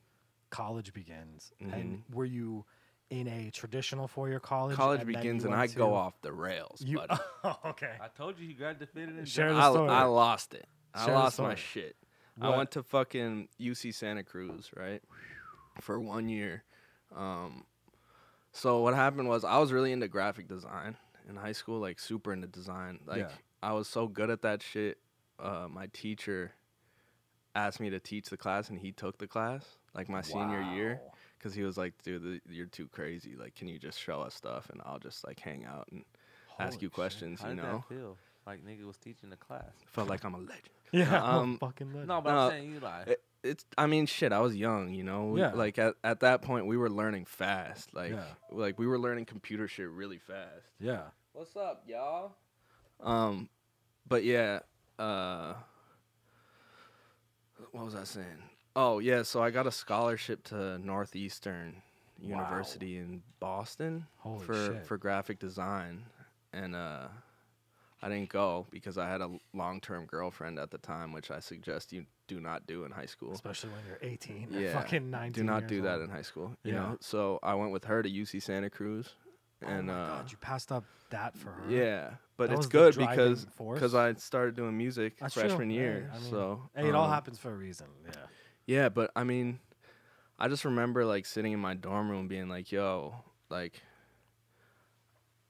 Speaker 3: college begins, and were you in a traditional four-year college?
Speaker 4: Mm-hmm. College
Speaker 3: and then
Speaker 4: begins
Speaker 3: you
Speaker 4: and I
Speaker 3: went
Speaker 4: go
Speaker 3: to-
Speaker 4: off the rails,
Speaker 3: You Oh,
Speaker 4: buddy.
Speaker 3: okay?
Speaker 5: I told you he got defeated. in
Speaker 3: Share
Speaker 5: Jack-
Speaker 3: the
Speaker 4: I,
Speaker 3: story.
Speaker 4: I lost it.
Speaker 3: Share
Speaker 4: I
Speaker 3: the
Speaker 4: lost my
Speaker 3: story.
Speaker 4: shit.
Speaker 3: What-
Speaker 4: I went to fucking UC Santa Cruz, right? For one year. Um, so what happened was I was really into graphic design in high school, like super into design. Like
Speaker 3: Yeah.
Speaker 4: I was so good at that shit. Uh, my teacher asked me to teach the class, and he took the class like my senior year
Speaker 3: Wow.
Speaker 4: because he was like, "Dude, th- you're too crazy. Like, can you just show us stuff, and I'll just like hang out and ask
Speaker 3: Holy
Speaker 4: you
Speaker 3: shit.
Speaker 4: questions."
Speaker 5: How
Speaker 4: You
Speaker 5: did
Speaker 4: know,
Speaker 5: that feel? Like nigga was teaching the class.
Speaker 4: felt like I'm a legend.
Speaker 3: Yeah,
Speaker 4: Um,
Speaker 3: fucking lit.
Speaker 5: No, but
Speaker 4: No.
Speaker 5: I'm saying you like
Speaker 4: it, it's i mean shit i was young you know We-
Speaker 3: Yeah.
Speaker 4: like at, at that point we were learning fast like
Speaker 3: Yeah.
Speaker 4: like we were learning computer shit really fast
Speaker 3: yeah,
Speaker 4: what's up y'all um but yeah uh what was i saying oh yeah so i got a scholarship to northeastern university in boston
Speaker 3: Holy
Speaker 4: for
Speaker 3: shit.
Speaker 4: for graphic design and uh I didn't go because I had a long-term girlfriend at the time, which I suggest you do not do in high school.
Speaker 3: especially when you're 18 or
Speaker 4: Yeah,
Speaker 3: fucking 19.
Speaker 4: Do not
Speaker 3: years
Speaker 4: do that
Speaker 3: old.
Speaker 4: in high school. You
Speaker 3: Yeah.
Speaker 4: know. So I went with her to UC Santa Cruz, and
Speaker 3: oh my
Speaker 4: uh,
Speaker 3: God, you passed up that for her.
Speaker 4: yeah, but
Speaker 3: That
Speaker 4: it's
Speaker 3: was the
Speaker 4: good
Speaker 3: driving
Speaker 4: because
Speaker 3: force.
Speaker 4: because I started doing music
Speaker 3: That's true.
Speaker 4: freshman
Speaker 3: Hey,
Speaker 4: year.
Speaker 3: I mean,
Speaker 4: so
Speaker 3: hey, it all
Speaker 4: um,
Speaker 3: happens for a reason. Yeah.
Speaker 4: Yeah, but I mean, I just remember like sitting in my dorm room being like, "Yo, like."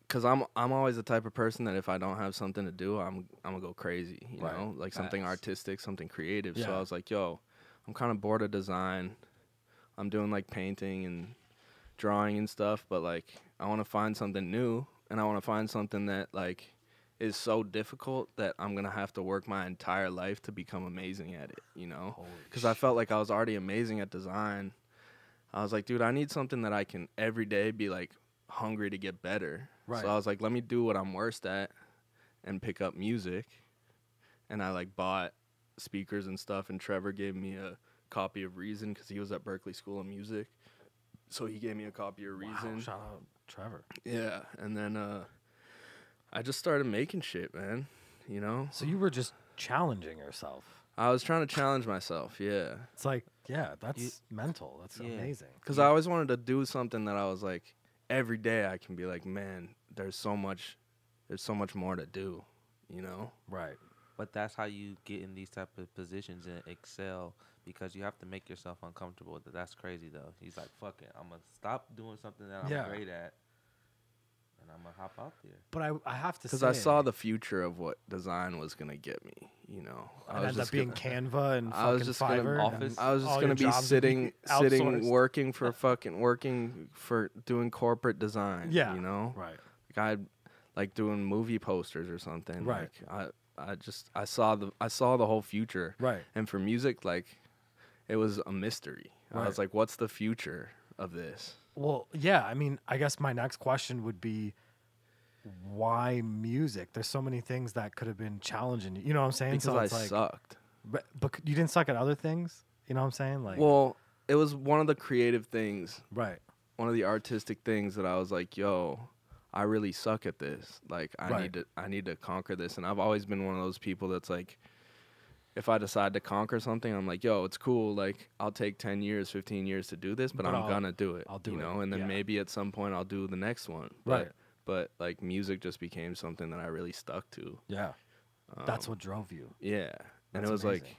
Speaker 4: Cause I'm I'm always the type of person that if I don't have something to do, I'm I'm gonna go crazy, you
Speaker 3: Right.
Speaker 4: know, like something
Speaker 5: Facts.
Speaker 4: artistic, something creative. So
Speaker 3: Yeah.
Speaker 4: I was like, yo, I'm kind of bored of design. I'm doing like painting and drawing and stuff, but like I want to find something new and I want to find something that like is so difficult that I'm going to have to work my entire life to become amazing at it, you know?
Speaker 3: Holy
Speaker 4: Cuz I felt like I was already amazing at design. I was like, dude, I need something that I can every day be like hungry to get better.
Speaker 3: Right.
Speaker 4: So I was like, let me do what I'm worst at and pick up music. And I like bought speakers and stuff and Trevor gave me a copy of Reason cuz he was at Berkeley School of Music. So he gave me a copy of Reason.
Speaker 3: Wow, shout out Trevor.
Speaker 4: Yeah, and then uh I just started making shit, man. You know?
Speaker 3: So you were just challenging yourself.
Speaker 4: I was trying to challenge myself, yeah.
Speaker 3: It's like, yeah, that's mental. That's
Speaker 5: Yeah.
Speaker 3: amazing.
Speaker 4: Cuz I always wanted to do something that I was like every day I can be like, man, there's so much there's so much more to do, you know?
Speaker 3: Right.
Speaker 5: But that's how you get in these type of positions and excel because you have to make yourself uncomfortable. Th- That's crazy though. He's like, "Fuck it, I'm gonna stop doing something that I'm
Speaker 3: Yeah.
Speaker 5: great at, and I'm gonna hop out there."
Speaker 3: But I, I have to
Speaker 4: Cuz
Speaker 3: say,
Speaker 4: I saw the future of what design was going to get me, you know. I
Speaker 3: It
Speaker 4: was
Speaker 3: ends up
Speaker 4: just
Speaker 3: being
Speaker 4: gonna-
Speaker 3: Canva and
Speaker 4: I was
Speaker 3: fucking
Speaker 4: just
Speaker 3: Fiverr.
Speaker 4: gonna
Speaker 3: and
Speaker 5: office-
Speaker 4: I was
Speaker 3: all
Speaker 4: just
Speaker 3: your
Speaker 4: gonna be
Speaker 3: jobs would
Speaker 4: sitting sitting
Speaker 3: outsourced.
Speaker 4: working for fucking working for doing corporate design,
Speaker 3: Yeah.
Speaker 4: you know?
Speaker 3: Right.
Speaker 4: like I like doing movie posters or something.
Speaker 3: Right.
Speaker 4: Like I I just I saw the I saw the whole future.
Speaker 3: Right.
Speaker 4: And for music, like it was a mystery. I
Speaker 3: Right.
Speaker 4: was like, what's the future of this?
Speaker 3: Well, yeah. I mean, I guess my next question would be why music? There's so many things that could have been challenging. You You know what I'm saying?
Speaker 4: Because
Speaker 3: so
Speaker 4: I
Speaker 3: it's like,
Speaker 4: sucked.
Speaker 3: But, but you didn't suck at other things? You know what I'm saying? Like,
Speaker 4: Well, it was one of the creative things,
Speaker 3: right.
Speaker 4: one of the artistic things that I was like, yo, I really suck at this. Like I
Speaker 3: Right.
Speaker 4: need to I need to conquer this. And I've always been one of those people that's like if I decide to conquer something, I'm like, yo, it's cool. Like, I'll take 10 years, 15 years to do this, but,
Speaker 3: But
Speaker 4: I'm
Speaker 3: I'll-
Speaker 4: going to do it.
Speaker 3: I'll do
Speaker 4: you
Speaker 3: it,
Speaker 4: know? And then
Speaker 3: yeah.
Speaker 4: maybe at some point I'll do the next one. But,
Speaker 3: Right.
Speaker 4: But, like, music just became something that I really stuck to.
Speaker 3: Yeah. That's
Speaker 4: um,
Speaker 3: what drove you.
Speaker 4: Yeah. And
Speaker 3: That's
Speaker 4: it was like,
Speaker 3: amazing.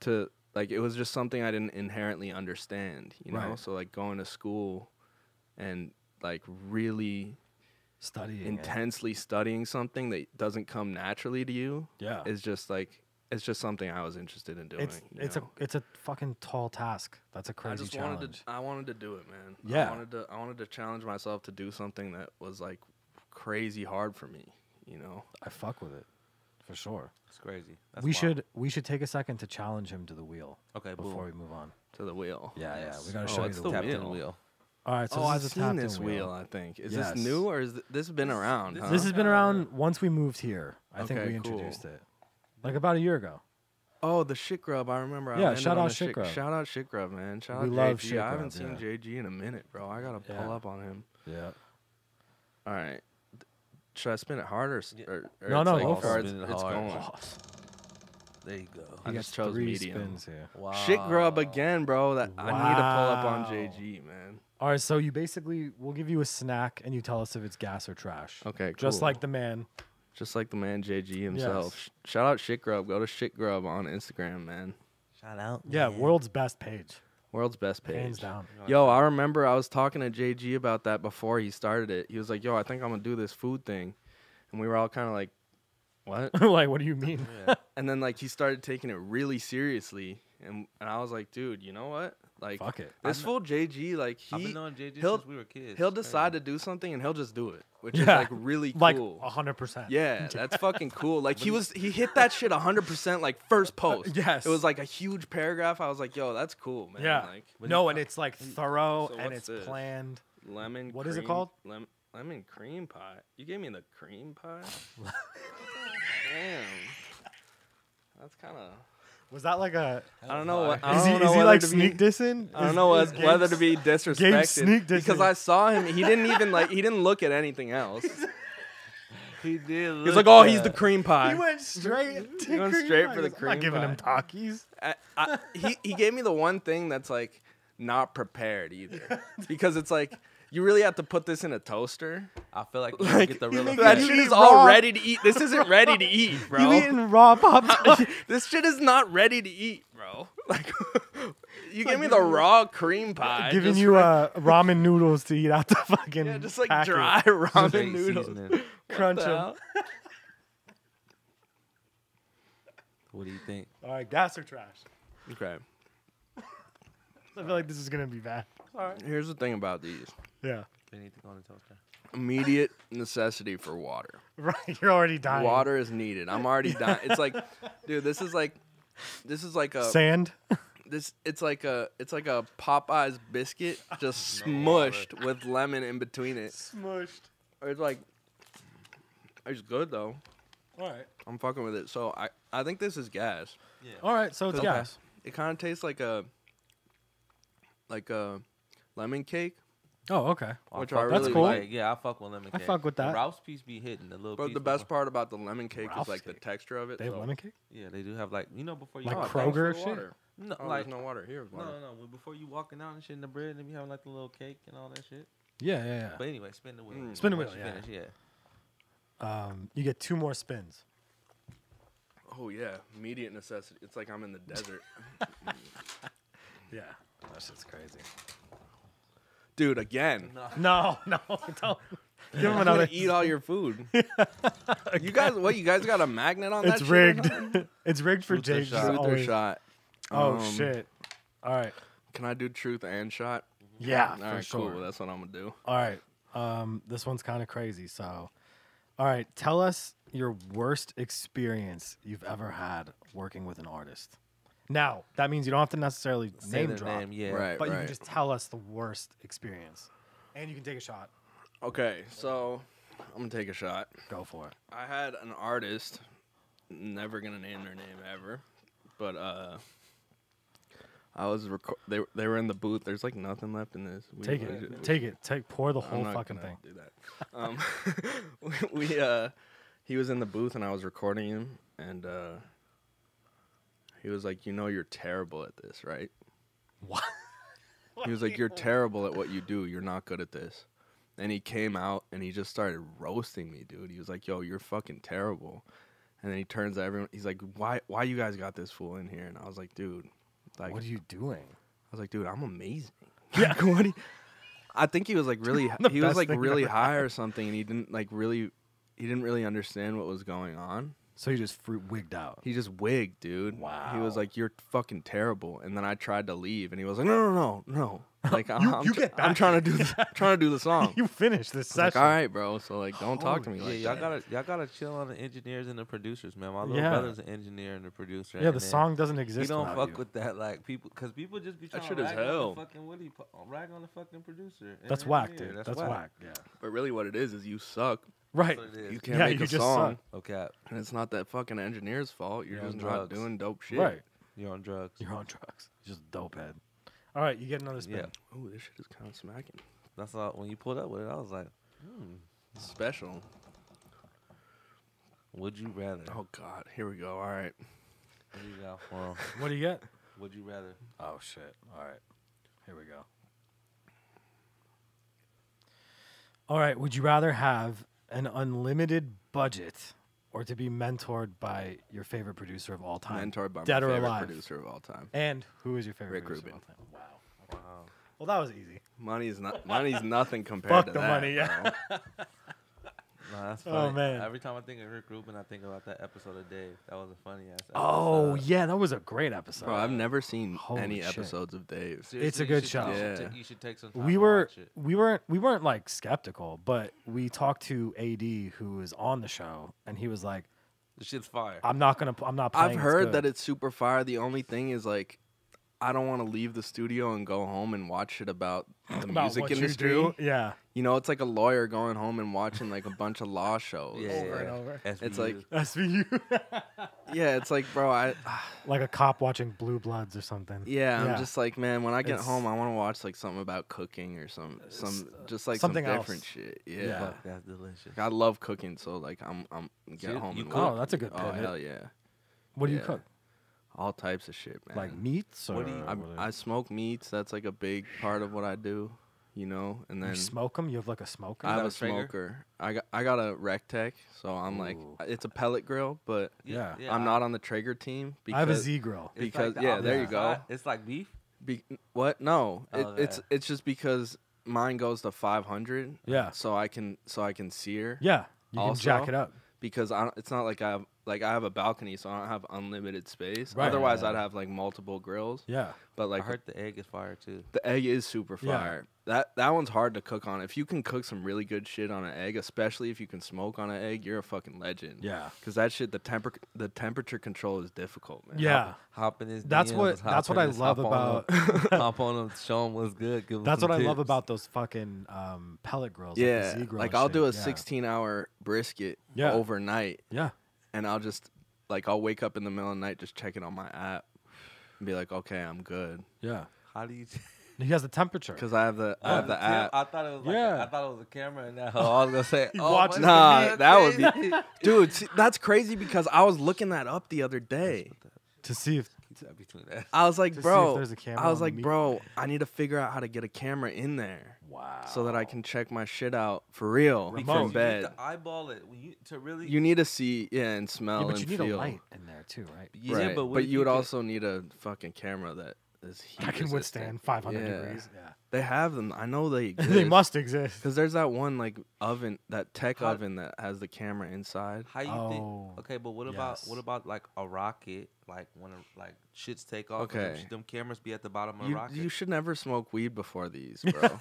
Speaker 4: to, like, it was just something I didn't inherently understand, you know?
Speaker 3: Right.
Speaker 4: So, like, going to school and, like, really
Speaker 3: Studying. it.
Speaker 4: intensely studying something that doesn't come naturally to you
Speaker 3: Yeah.
Speaker 4: is just like it's just something I was interested in doing.
Speaker 3: It's
Speaker 4: you
Speaker 3: it's
Speaker 4: know?
Speaker 3: a it's a fucking tall task. That's a crazy
Speaker 4: I just
Speaker 3: challenge.
Speaker 4: wanted to I wanted to do it, man.
Speaker 3: Yeah.
Speaker 4: I wanted to I wanted to challenge myself to do something that was like crazy hard for me, you know.
Speaker 3: I fuck with it, for sure.
Speaker 5: It's crazy. That's
Speaker 3: we
Speaker 5: wild.
Speaker 3: should we should take a second to challenge him to the wheel.
Speaker 5: Okay, boom.
Speaker 3: Before we move on.
Speaker 4: To the wheel.
Speaker 3: Yeah, yeah. We gotta
Speaker 5: Oh,
Speaker 3: show you
Speaker 5: it's
Speaker 3: the,
Speaker 5: the
Speaker 3: wheel.
Speaker 5: Captain
Speaker 4: wheel.
Speaker 5: Wheel.
Speaker 3: All right. So
Speaker 4: oh, I've
Speaker 3: this is
Speaker 4: seen
Speaker 3: the
Speaker 4: this
Speaker 3: Tapton
Speaker 4: wheel, I think. Is
Speaker 3: Yes.
Speaker 4: this new or is th- this has been around? huh?
Speaker 3: This has been around once we moved here. I think
Speaker 4: Okay,
Speaker 3: we introduced
Speaker 4: cool.
Speaker 3: it, like about a year ago.
Speaker 4: Oh, the shit grub. I remember. I
Speaker 3: Yeah,
Speaker 4: landed
Speaker 3: shout
Speaker 4: on
Speaker 3: out
Speaker 4: the
Speaker 3: shit grub.
Speaker 4: Shout out shit grub, man. Shout
Speaker 3: We
Speaker 4: out
Speaker 3: love
Speaker 4: JG.
Speaker 3: shit
Speaker 4: I
Speaker 3: grub,
Speaker 4: haven't seen
Speaker 3: yeah.
Speaker 4: JG in a minute, bro. I gotta pull
Speaker 3: Yeah.
Speaker 4: up on him.
Speaker 3: Yeah.
Speaker 4: All right. Th- Should I spin it hard or, s-
Speaker 5: Yeah.
Speaker 4: or, or
Speaker 3: No,
Speaker 4: it's
Speaker 3: no,
Speaker 4: like,
Speaker 3: go for
Speaker 4: or
Speaker 3: it.
Speaker 4: it's,
Speaker 5: Spin it
Speaker 4: it's
Speaker 5: hard.
Speaker 4: going.
Speaker 5: There you go.
Speaker 4: I
Speaker 3: He
Speaker 4: just
Speaker 3: gets
Speaker 4: chose
Speaker 3: three
Speaker 4: medium.
Speaker 3: spins here.
Speaker 5: Wow.
Speaker 4: Shit grub again, bro. That I need to pull up on
Speaker 3: Wow.
Speaker 4: JG, man.
Speaker 3: All right, so you basically we'll give you a snack and you tell us if it's gas or trash.
Speaker 4: Okay,
Speaker 3: Just
Speaker 4: cool.
Speaker 3: like the man.
Speaker 4: Just like the man JG himself.
Speaker 3: Yes.
Speaker 4: Sh- Shout out Shit Grub. Go to Shit Grub on Instagram, man.
Speaker 5: Shout out.
Speaker 3: Yeah,
Speaker 5: man.
Speaker 3: world's best page.
Speaker 4: World's best page.
Speaker 3: Hands down.
Speaker 4: Yo, I remember I was talking to JG about that before he started it. He was like, "Yo, I think I'm gonna do this food thing," and we were all kind of like, "What?"
Speaker 3: like what do you mean?
Speaker 5: Yeah.
Speaker 4: And then like he started taking it really seriously, and and I was like, "Dude, you know what? Like,
Speaker 3: Fuck it.
Speaker 4: This
Speaker 5: I'm-
Speaker 4: fool JG, like
Speaker 5: I've been
Speaker 4: he
Speaker 5: knowing JJ
Speaker 4: he'll-
Speaker 5: since we were kids.
Speaker 4: he'll
Speaker 5: It's
Speaker 4: decide
Speaker 5: crazy.
Speaker 4: to do something and he'll just do it, which is
Speaker 3: Yeah.
Speaker 4: like really
Speaker 3: Like
Speaker 4: cool.
Speaker 3: hundred percent.
Speaker 4: Yeah, that's fucking cool. Like he was he hit that shit 100% like first
Speaker 5: Uh,
Speaker 4: post.
Speaker 3: yes.
Speaker 4: It was like a huge paragraph. I was like, "Yo, that's cool, man."
Speaker 3: Yeah.
Speaker 4: Like
Speaker 3: no, and it's like thorough
Speaker 4: Mm. so
Speaker 3: and
Speaker 4: what's
Speaker 3: it's
Speaker 4: this?
Speaker 3: planned.
Speaker 4: lemon
Speaker 3: What is it
Speaker 4: cream-
Speaker 3: called?
Speaker 4: Lem- lemon cream pie. You gave me the cream pie? Damn. That's kind of
Speaker 3: Was that like a?
Speaker 4: I don't know what I
Speaker 3: Is
Speaker 4: don't
Speaker 3: he,
Speaker 4: know
Speaker 3: is he
Speaker 4: whether
Speaker 3: like
Speaker 4: to be-
Speaker 3: sneak dissing?
Speaker 4: I don't
Speaker 3: Is-
Speaker 4: know
Speaker 3: is
Speaker 4: whether,
Speaker 3: Gabe-
Speaker 4: whether to be disrespected
Speaker 3: sneak
Speaker 4: because
Speaker 3: dissing.
Speaker 4: I saw him. He didn't even like. He didn't look at anything else. He
Speaker 5: He did.
Speaker 4: was like,
Speaker 5: look
Speaker 4: "Oh, he's the
Speaker 5: that.
Speaker 4: cream pie."
Speaker 3: He went straight. To
Speaker 4: He went
Speaker 3: cream
Speaker 4: straight
Speaker 3: pie.
Speaker 4: for the
Speaker 3: He goes, I'm
Speaker 4: cream
Speaker 3: not giving him talkies.
Speaker 4: I, I, he he gave me the one thing that's like not prepared either because it's like you really have to put this in a toaster.
Speaker 5: I feel like you
Speaker 4: Like
Speaker 5: get the real
Speaker 4: that
Speaker 5: effect.
Speaker 4: shit
Speaker 3: You
Speaker 4: is
Speaker 3: eat
Speaker 4: all
Speaker 3: raw.
Speaker 4: ready to eat. This isn't ready to eat, bro.
Speaker 3: You eating raw pop
Speaker 4: this shit is not ready to eat, bro. Like, you gave me the raw cream pie,
Speaker 3: Giving
Speaker 4: just
Speaker 3: you
Speaker 4: for-
Speaker 3: uh, ramen noodles to eat out the fucking.
Speaker 4: yeah, just like
Speaker 3: packet.
Speaker 4: dry
Speaker 5: Straight
Speaker 4: ramen noodles.
Speaker 5: seasoning.
Speaker 4: What
Speaker 3: Crunch
Speaker 4: the
Speaker 3: 'em.
Speaker 4: hell?
Speaker 5: What do you think?
Speaker 3: All right, gas or trash.
Speaker 4: Okay.
Speaker 3: I feel like this is gonna be bad.
Speaker 4: Here's the thing about these
Speaker 3: Yeah.
Speaker 5: Anything on the toaster?
Speaker 4: immediate necessity for water.
Speaker 3: Right. You're already dying.
Speaker 4: Water is needed. I'm already dying. It's like, dude, this is like, this is like a
Speaker 3: Sand.
Speaker 4: this. It's like a it's like a Popeyes biscuit just smushed with lemon in between it.
Speaker 3: Smushed.
Speaker 4: It's like, it's good though.
Speaker 3: All right.
Speaker 4: I'm fucking with it. So I I think this is gas.
Speaker 3: All right. So it's
Speaker 4: Okay.
Speaker 3: gas.
Speaker 4: It kind of tastes like a like a lemon cake.
Speaker 3: Oh, okay.
Speaker 5: I
Speaker 4: Which
Speaker 5: fuck
Speaker 4: I
Speaker 5: with
Speaker 3: That's
Speaker 5: lemon
Speaker 3: cool.
Speaker 5: cake. Yeah, I fuck with lemon
Speaker 3: I
Speaker 5: cake.
Speaker 3: fuck with
Speaker 5: The
Speaker 3: that.
Speaker 5: Ralph's piece be hitting the little.
Speaker 4: But the
Speaker 5: piece
Speaker 4: best
Speaker 5: before-
Speaker 4: part about the lemon cake is
Speaker 3: Ralph's
Speaker 4: like the
Speaker 3: cake.
Speaker 4: texture of it.
Speaker 3: They have
Speaker 4: so-
Speaker 3: lemon cake.
Speaker 5: Yeah, they do have like you know before you
Speaker 3: Like
Speaker 4: Oh, I
Speaker 5: walk
Speaker 4: thought it was
Speaker 3: Kroger
Speaker 4: for
Speaker 3: shit?
Speaker 4: water.
Speaker 5: No,
Speaker 4: Oh,
Speaker 5: like
Speaker 4: there's no water. Here's
Speaker 5: No,
Speaker 4: water.
Speaker 5: no, no. Before you walking out and shit in the bread, and be having like the little cake and all that shit.
Speaker 3: Yeah, yeah, yeah.
Speaker 5: But anyway, spin the wheel.
Speaker 4: Mm.
Speaker 3: Spin the
Speaker 5: Once
Speaker 3: wheel,
Speaker 5: you
Speaker 3: yeah.
Speaker 5: Finish, yeah.
Speaker 3: Um, you get two more spins.
Speaker 4: Oh yeah, immediate necessity. It's like I'm in the desert.
Speaker 3: Yeah, that shit's crazy.
Speaker 4: Dude, again.
Speaker 3: No, no, don't give him
Speaker 4: I'm gonna
Speaker 3: another.
Speaker 4: eat all your food. you guys, what? You guys got a magnet on that?
Speaker 3: It's
Speaker 4: shit or
Speaker 3: rigged.
Speaker 4: something?
Speaker 3: it's rigged for
Speaker 5: Truth or
Speaker 3: Jake.
Speaker 5: shot?
Speaker 3: just
Speaker 4: Truth or
Speaker 3: always-
Speaker 4: shot?
Speaker 3: Oh
Speaker 4: Um,
Speaker 3: shit! All right.
Speaker 4: Can I do truth and shot?
Speaker 3: Yeah,
Speaker 4: All
Speaker 3: Uh, for
Speaker 4: right,
Speaker 3: sure.
Speaker 4: cool. That's what I'm gonna do.
Speaker 3: All right. Um, this one's kind of crazy. So, all right, tell us your worst experience you've ever had working with an artist. Now, that means you don't have to necessarily
Speaker 5: Say
Speaker 3: name
Speaker 5: their
Speaker 3: drop,
Speaker 5: name, yeah.
Speaker 4: Right,
Speaker 3: but you
Speaker 4: right.
Speaker 3: can just tell us the worst experience, and you can take a shot.
Speaker 4: Okay, so I'm gonna take a shot.
Speaker 3: Go for it.
Speaker 4: I had an artist, never gonna name their name ever, but uh, I was reco- they were- they were in the booth. There's like nothing left in this. We-
Speaker 3: Take
Speaker 4: we
Speaker 3: it.
Speaker 4: ju-
Speaker 3: Take it. Take. Pour the
Speaker 4: I'm
Speaker 3: whole
Speaker 4: not
Speaker 3: fucking
Speaker 4: gonna
Speaker 3: thing.
Speaker 4: Do that. Um, we, we uh, he was in the booth and I was recording him, and uh, he was like, "You know, you're terrible at this, right?"
Speaker 3: What?
Speaker 4: He was like, "You're terrible at what you do. You're not good at this." And he came out and he just started roasting me, dude. He was like, "Yo, you're fucking terrible." And then he turns to everyone. He's like, "Why? Why you guys got this fool in here?" And I was like, "Dude, like,
Speaker 3: What are you doing?
Speaker 4: I was like, dude, I'm amazing. Yeah. what do you- I think he was like really
Speaker 3: the
Speaker 4: he was
Speaker 3: best
Speaker 4: like
Speaker 3: thing
Speaker 4: really
Speaker 3: ever.
Speaker 4: high or something and he didn't like really he didn't really understand what was going on.
Speaker 3: So you just fruit wigged out.
Speaker 4: He just wigged, dude. He was
Speaker 3: Wow.
Speaker 4: like, "You're fucking terrible." And then I tried to leave, and he was like, "No, no, no, no!" Like I'm,
Speaker 3: You-
Speaker 4: I'm,
Speaker 3: you
Speaker 4: tr-
Speaker 3: get
Speaker 4: I'm
Speaker 3: back.
Speaker 4: trying to do, the, trying to do the song.
Speaker 3: You finished this
Speaker 4: I was like,
Speaker 3: session.
Speaker 4: all right, bro. So like, don't talk to me
Speaker 5: Yeah,
Speaker 4: like
Speaker 5: y'all
Speaker 4: that.
Speaker 5: gotta y'all gotta chill on the engineers and the producers, man. My little
Speaker 3: Yeah.
Speaker 5: brother's an engineer and a producer.
Speaker 3: Yeah,
Speaker 5: and
Speaker 3: the
Speaker 5: then
Speaker 3: song doesn't
Speaker 5: He
Speaker 3: exist.
Speaker 5: don't
Speaker 3: without
Speaker 5: fuck
Speaker 3: you.
Speaker 5: with that, like people, because people just be
Speaker 4: That
Speaker 5: trying
Speaker 4: shit
Speaker 5: to
Speaker 4: is
Speaker 5: rag
Speaker 4: hell.
Speaker 5: on the fucking Woody, rag on the fucking producer. and
Speaker 3: That's
Speaker 5: the
Speaker 3: whack,
Speaker 5: engineer.
Speaker 3: dude. That's, whack. Yeah.
Speaker 4: But really, what it is is you suck.
Speaker 3: Right.
Speaker 5: That's what it is. Oh,
Speaker 4: You can't
Speaker 3: Yeah,
Speaker 4: make
Speaker 3: you
Speaker 4: a
Speaker 3: just
Speaker 4: song,
Speaker 3: suck.
Speaker 5: Okay,
Speaker 4: and it's not that fucking engineer's fault. You're,
Speaker 5: You're
Speaker 4: just
Speaker 5: on
Speaker 4: not
Speaker 5: drugs.
Speaker 4: doing dope shit.
Speaker 3: Right.
Speaker 5: you're on drugs.
Speaker 3: You're on drugs. You're just a dope head. All right, you get another spin.
Speaker 5: Yeah,
Speaker 4: Ooh, this shit is kind of smacking.
Speaker 5: that's all. When you pulled up with it, I was like, hmm,
Speaker 4: Special.
Speaker 5: would you rather?
Speaker 4: Oh God, here we go. All right.
Speaker 5: There you go. Well,
Speaker 3: What do you get?
Speaker 5: would you rather?
Speaker 3: Oh shit! All right, here we go. All right, would you rather have an unlimited budget or to be mentored by your favorite producer of all time?
Speaker 4: Mentored by
Speaker 3: Dead
Speaker 4: my
Speaker 3: or
Speaker 4: favorite
Speaker 3: alive.
Speaker 4: producer of all time.
Speaker 3: And who is your favorite
Speaker 4: Rick
Speaker 3: producer
Speaker 4: Rubin.
Speaker 3: of all time? Wow.
Speaker 5: Wow.
Speaker 3: Well, that was easy.
Speaker 4: Money is not money's nothing compared
Speaker 3: Fuck
Speaker 4: to
Speaker 3: the
Speaker 4: that.
Speaker 3: money, yeah.
Speaker 4: bro.
Speaker 5: Nah, that's
Speaker 3: Oh,
Speaker 5: funny.
Speaker 3: man.
Speaker 5: Every time I think of Rick Rubin, I think about that episode of Dave. That was a funny ass. episode.
Speaker 3: Oh yeah, that was a great episode.
Speaker 4: Bro, I've never seen
Speaker 3: Holy
Speaker 4: any
Speaker 3: shit.
Speaker 4: episodes of Dave.
Speaker 5: Seriously,
Speaker 3: It's a
Speaker 5: you
Speaker 3: good
Speaker 5: should-
Speaker 3: show.
Speaker 5: You should,
Speaker 4: Yeah.
Speaker 5: ta- you should take some time.
Speaker 3: we
Speaker 5: to
Speaker 3: were
Speaker 5: watch it.
Speaker 3: we weren't we weren't like skeptical, but we talked to AD who was on the show, and he was like,
Speaker 5: This shit's fire.
Speaker 3: "I'm not gonna, I'm not playing."
Speaker 4: I've heard that it's super fire. The only thing is like I don't want to leave the studio and go home and watch shit about the music industry.
Speaker 3: You do. Yeah,
Speaker 4: You know, it's like a lawyer going home and watching like a bunch of law shows.
Speaker 3: Over and over.
Speaker 4: It's like
Speaker 5: SVU.
Speaker 3: SVU,
Speaker 4: yeah, it's like bro, I
Speaker 3: like a cop watching Blue Bloods or something.
Speaker 4: yeah,
Speaker 3: Yeah.
Speaker 4: I'm just like man, when I get
Speaker 3: It's-
Speaker 4: home, I want to watch like something about cooking or some some just like
Speaker 3: something
Speaker 4: some
Speaker 3: else.
Speaker 4: different shit. Yeah.
Speaker 3: Yeah.
Speaker 5: Fuck, that's delicious.
Speaker 4: I love cooking, so like I'm I'm get
Speaker 5: you-
Speaker 4: home
Speaker 5: you
Speaker 4: and
Speaker 5: cook?
Speaker 4: watch.
Speaker 3: Oh, that's a good
Speaker 4: Oh
Speaker 3: pivot.
Speaker 4: hell yeah,
Speaker 3: What do you
Speaker 4: Yeah.
Speaker 3: cook?
Speaker 4: all types of shit, man.
Speaker 3: Like meats or
Speaker 5: What do you-
Speaker 4: I, I smoke meats. That's like a big part of what I do, you know. And
Speaker 3: you
Speaker 4: then
Speaker 3: smoke them? You have like a smoker?
Speaker 4: I
Speaker 5: got
Speaker 4: have
Speaker 5: a
Speaker 4: a
Speaker 5: Traeger?
Speaker 4: smoker. I got I got a Rectech, so I'm like
Speaker 3: Ooh.
Speaker 4: it's a pellet grill, but
Speaker 3: Yeah.
Speaker 4: I'm not on the Traeger team because
Speaker 3: I have a Z grill.
Speaker 5: it's
Speaker 4: because-
Speaker 5: the
Speaker 4: yeah, there
Speaker 5: opposite
Speaker 4: you go.
Speaker 5: side. It's like beef.
Speaker 4: be- what? No, it,
Speaker 5: Oh,
Speaker 4: it's
Speaker 5: there.
Speaker 4: it's just because mine goes to 500.
Speaker 3: Yeah.
Speaker 4: So I can so I can sear.
Speaker 3: Yeah, you can jack
Speaker 4: Also-
Speaker 3: it up.
Speaker 4: because I don't, it's not like I have like I have a balcony, so I don't have unlimited space.
Speaker 3: Right.
Speaker 4: Otherwise, I'd have like multiple grills.
Speaker 3: Yeah,
Speaker 4: But
Speaker 5: I
Speaker 4: like
Speaker 5: heard the egg is fire too.
Speaker 4: the egg is super
Speaker 3: Yeah.
Speaker 4: fire. That that one's hard to cook on. If you can cook some really good shit on an egg, especially if you can smoke on an egg, you're a fucking legend.
Speaker 3: Yeah.
Speaker 4: Cause that shit, the temper the temperature control is difficult, man.
Speaker 3: yeah.
Speaker 5: Hopping his.
Speaker 3: That's what- that's what I love
Speaker 5: hop on him. Show him what's good. Give him
Speaker 3: That's
Speaker 5: some
Speaker 3: what I love
Speaker 5: tips.
Speaker 3: about those fucking um, pellet grills.
Speaker 4: Yeah.
Speaker 3: like, the Z grill
Speaker 4: Like
Speaker 3: and
Speaker 4: I'll do a
Speaker 3: shit. Yeah.
Speaker 4: 16 hour brisket
Speaker 3: Yeah.
Speaker 4: overnight,
Speaker 3: Yeah,
Speaker 4: and I'll just like I'll wake up in the middle of the night just check it on my app, and be like, okay, I'm good,
Speaker 3: yeah.
Speaker 5: How do you?
Speaker 3: He has the temperature.
Speaker 4: cause I have the I
Speaker 5: Oh,
Speaker 4: have the
Speaker 5: tip?
Speaker 4: app.
Speaker 5: I thought it was. Like
Speaker 3: Yeah.
Speaker 5: A, I thought it was a camera. And that. Oh, I was gonna say. oh,
Speaker 3: watches the
Speaker 5: my-
Speaker 4: Nah,
Speaker 5: that's
Speaker 4: that would
Speaker 5: crazy.
Speaker 4: be, dude. See, that's crazy because I was looking that up the other day.
Speaker 3: to see if
Speaker 5: Keep that between us.
Speaker 4: I was like,
Speaker 3: To see if
Speaker 4: bro.
Speaker 3: there's a camera
Speaker 4: I was
Speaker 3: on the
Speaker 4: like,
Speaker 3: meat.
Speaker 4: bro. I need to figure out how to get a camera in there
Speaker 3: wow,
Speaker 4: so that I can check my shit out for real
Speaker 3: Remote.
Speaker 5: Because
Speaker 4: from
Speaker 5: you need
Speaker 4: bed.
Speaker 5: to eyeball it when you to really.
Speaker 4: You need to see, yeah, and smell
Speaker 3: yeah, but you
Speaker 4: and
Speaker 3: need
Speaker 4: feel.
Speaker 3: a light in there too, right?
Speaker 5: yeah,
Speaker 4: right.
Speaker 5: but,
Speaker 4: but,
Speaker 5: what if
Speaker 4: you would
Speaker 5: could-
Speaker 4: also need a fucking camera that is heat.
Speaker 3: I can
Speaker 4: resistant.
Speaker 3: withstand 500
Speaker 4: Yeah.
Speaker 3: degrees. Yeah,
Speaker 4: They have them. I know they. Exist.
Speaker 3: they must exist.
Speaker 4: Because there's that one like oven, that tech
Speaker 5: How-
Speaker 4: oven that has the camera inside.
Speaker 5: How you
Speaker 3: Oh,
Speaker 5: think? Okay, but what about
Speaker 3: yes.
Speaker 5: what about like a rocket? Like when a, like shits take off. and them
Speaker 4: Okay.
Speaker 5: sh- Them cameras be at the bottom of a
Speaker 4: You,
Speaker 5: rocket.
Speaker 4: you should never smoke weed before these, bro.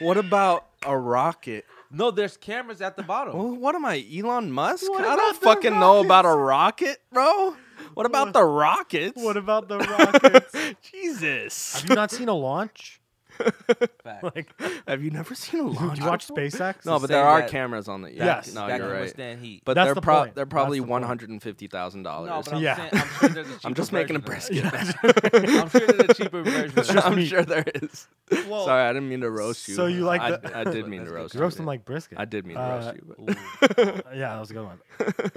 Speaker 4: what about a rocket?
Speaker 5: no, there's cameras at the bottom.
Speaker 4: Well, what am I, Elon Musk?
Speaker 3: What
Speaker 4: I don't
Speaker 3: about the
Speaker 4: fucking know about a rocket, bro. What about the rockets?
Speaker 3: What about the rockets?
Speaker 4: Jesus?
Speaker 3: Have you not seen a launch?
Speaker 5: Fact.
Speaker 3: Like, do
Speaker 4: Have you never seen a launch?
Speaker 3: you watch SpaceX?
Speaker 4: No, but
Speaker 5: to say
Speaker 4: there are
Speaker 5: that-
Speaker 4: cameras on the. Yeah,
Speaker 3: Yes.
Speaker 4: no,
Speaker 5: that
Speaker 4: you're
Speaker 5: can
Speaker 4: right.
Speaker 5: withstand heat.
Speaker 4: But
Speaker 3: That's
Speaker 4: they're
Speaker 3: the
Speaker 4: pro-
Speaker 3: point.
Speaker 4: they're probably
Speaker 3: That's the point.
Speaker 4: one hundred and fifty thousand
Speaker 5: no,
Speaker 4: dollars.
Speaker 5: but I'm
Speaker 3: Yeah.
Speaker 5: saying I'm sure there's a
Speaker 4: I'm
Speaker 5: cheaper
Speaker 4: just making a
Speaker 5: version
Speaker 4: brisket.
Speaker 5: of it. I'm sure there's a cheaper version. of it.
Speaker 4: I'm
Speaker 3: meat.
Speaker 4: sure there is.
Speaker 3: Well,
Speaker 4: Sorry, I didn't mean to roast you.
Speaker 3: so you like
Speaker 4: I,
Speaker 3: the-
Speaker 4: I did mean to
Speaker 5: That's good.
Speaker 4: roast
Speaker 3: you
Speaker 4: you.
Speaker 3: roast them
Speaker 4: yeah.
Speaker 3: like brisket.
Speaker 4: I did mean to roast
Speaker 3: Uh,
Speaker 4: you. But.
Speaker 5: Ooh,
Speaker 3: Yeah, that was a good one.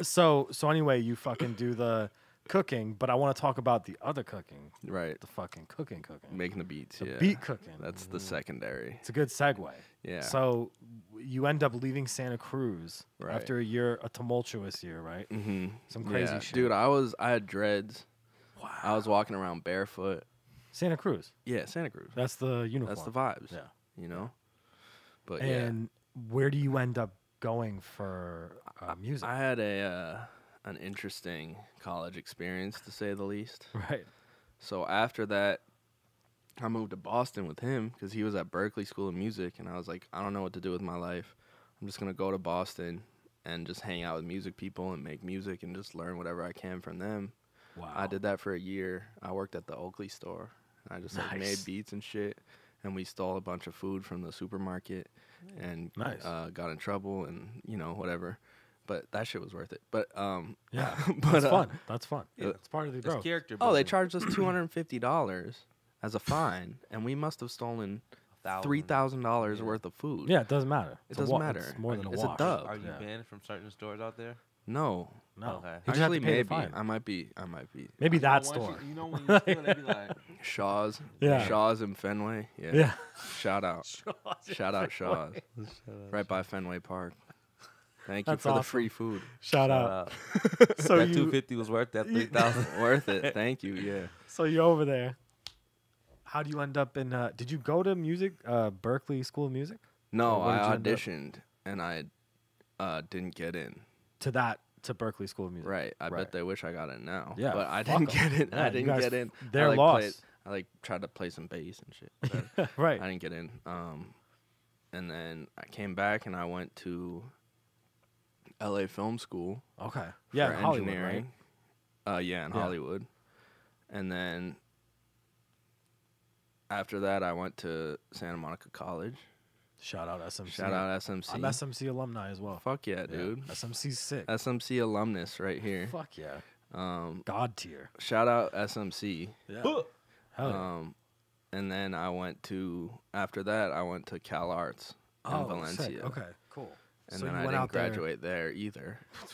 Speaker 3: so, so anyway, you fucking do the cooking, but I want to talk about the other cooking,
Speaker 4: Right,
Speaker 3: the fucking cooking, cooking,
Speaker 4: making the beats.
Speaker 3: the
Speaker 4: yeah,
Speaker 3: beat Mm. cooking.
Speaker 4: That's the secondary.
Speaker 3: it's a good segue.
Speaker 4: Yeah.
Speaker 3: So you end up leaving Santa Cruz
Speaker 4: Right.
Speaker 3: after a year, a tumultuous year, right?
Speaker 4: Mm-hmm.
Speaker 3: Some crazy shit.
Speaker 4: dude. I was I had dreads.
Speaker 3: Wow.
Speaker 4: I was walking around barefoot.
Speaker 3: Santa Cruz.
Speaker 4: Yeah, Santa Cruz.
Speaker 3: That's the uniform.
Speaker 4: That's the vibes.
Speaker 3: Yeah.
Speaker 4: you know. But
Speaker 3: And where do you end up going for uh, music?
Speaker 4: yeah, I had a uh, an interesting college experience to say the least.
Speaker 3: right.
Speaker 4: So after that, I moved to Boston with him because he was at Berkeley School of Music, and I was like, I don't know what to do with my life. I'm just gonna go to Boston and just hang out with music people and make music and just learn whatever I can from them.
Speaker 3: Wow.
Speaker 4: I did that for a year. I worked at the Oakley store. And I just like made
Speaker 3: Nice.
Speaker 4: beats and shit, and we stole a bunch of food from the supermarket, and
Speaker 3: Nice.
Speaker 4: uh, got in trouble and you know whatever. But that shit was worth it. But um,
Speaker 3: Yeah.
Speaker 4: but,
Speaker 3: That's
Speaker 4: uh,
Speaker 3: fun. That's fun.
Speaker 4: yeah.
Speaker 3: It's part of the
Speaker 5: That's
Speaker 3: growth.
Speaker 5: character.
Speaker 4: Oh, they
Speaker 5: building.
Speaker 4: charged us two hundred and fifty dollars as a fine, and we must have stolen
Speaker 5: Thousand.
Speaker 4: three thousand dollars
Speaker 5: Yeah.
Speaker 4: worth of food.
Speaker 3: Yeah, it doesn't matter. It's a
Speaker 4: doesn't
Speaker 3: wa-
Speaker 4: matter.
Speaker 3: It's more than a
Speaker 4: It's a
Speaker 3: wash.
Speaker 4: dub.
Speaker 5: Are you
Speaker 3: Yeah.
Speaker 5: banned from certain stores out there?
Speaker 4: No.
Speaker 3: No.
Speaker 5: Okay.
Speaker 3: He just had to
Speaker 4: Actually,
Speaker 3: pay the
Speaker 4: maybe
Speaker 3: fine.
Speaker 4: I might be. I might be.
Speaker 3: Maybe
Speaker 5: You know,
Speaker 3: that
Speaker 5: once
Speaker 3: store.
Speaker 5: You, you know when you steal, they be like,
Speaker 4: Shaw's.
Speaker 3: Yeah.
Speaker 4: Shaw's and Fenway. Yeah.
Speaker 3: yeah.
Speaker 4: Shout out. Shout out Shaw's. Right by Fenway Park. Thank you
Speaker 3: That's
Speaker 4: for the
Speaker 3: awesome.
Speaker 4: free food.
Speaker 3: Shout out.
Speaker 5: uh,
Speaker 3: So
Speaker 5: that two
Speaker 3: you,
Speaker 5: fifty was worth that three thousand.
Speaker 4: Worth it. Thank you. Yeah.
Speaker 3: so you're over there. How do you end up in? Uh, did you go to music, uh, Berkeley School of Music,
Speaker 4: No,
Speaker 3: Well, what
Speaker 4: I
Speaker 3: did you end up-
Speaker 4: auditioned and I uh, didn't get in.
Speaker 3: to that to Berkeley School of Music?
Speaker 4: Right. I
Speaker 3: Right.
Speaker 4: bet they wish I got in now.
Speaker 3: Yeah,
Speaker 4: But I
Speaker 3: fuck
Speaker 4: didn't
Speaker 3: 'em.
Speaker 4: get in.
Speaker 3: Yeah,
Speaker 4: I
Speaker 3: you
Speaker 4: didn't
Speaker 3: guys-
Speaker 4: get in.
Speaker 3: their
Speaker 4: I, like, Played,
Speaker 3: loss.
Speaker 4: I like tried to play some bass and shit. but
Speaker 3: right.
Speaker 4: I didn't get in. Um, and then I came back and I went to L.A. Film School
Speaker 3: okay. Yeah,
Speaker 4: for
Speaker 3: in Hollywood, right?
Speaker 4: engineering. Uh, yeah, in
Speaker 3: Yeah.
Speaker 4: Hollywood. And then after that, I went to Santa Monica College.
Speaker 3: Shout out SMC.
Speaker 4: Shout out SMC.
Speaker 3: I'm SMC alumni as well.
Speaker 4: Fuck yeah,
Speaker 3: Yeah.
Speaker 4: dude.
Speaker 3: SMC's sick.
Speaker 4: SMC alumnus right here.
Speaker 3: Fuck yeah.
Speaker 4: Um,
Speaker 3: God tier.
Speaker 4: shout out SMC.
Speaker 3: Yeah. Hell yeah.
Speaker 4: Um, and then I went to after that I went to Cal Arts in
Speaker 3: Oh, sick.
Speaker 4: Valencia.
Speaker 3: Okay, cool.
Speaker 4: And
Speaker 3: so
Speaker 4: then
Speaker 3: you
Speaker 4: I
Speaker 3: went
Speaker 4: didn't
Speaker 3: out there-
Speaker 4: graduate there, either.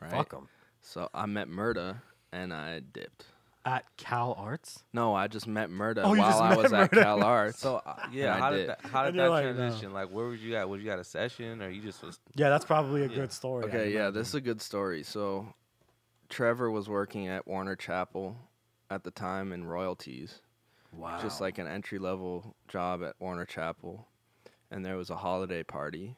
Speaker 4: Right.
Speaker 3: Fuck them.
Speaker 4: So I met Murda and I dipped.
Speaker 3: At Cal Arts?
Speaker 4: No, I just met Murda
Speaker 3: Oh, you
Speaker 4: while
Speaker 3: just
Speaker 4: I
Speaker 3: met
Speaker 4: was at
Speaker 3: Murda.
Speaker 4: Cal Arts. So
Speaker 5: uh, Yeah, how did that, how did
Speaker 3: And you're
Speaker 5: that
Speaker 3: like, no.
Speaker 5: transition? Like, where was you at? Was you at a session, or you just was?
Speaker 3: Yeah, that's probably a good story. I
Speaker 4: Okay, yeah,
Speaker 3: remember.
Speaker 4: this is a good story. So, Trevor was working at Warner Chapel at the time in royalties,
Speaker 3: Wow.
Speaker 4: just like an entry level job at Warner Chapel. And there was a holiday party.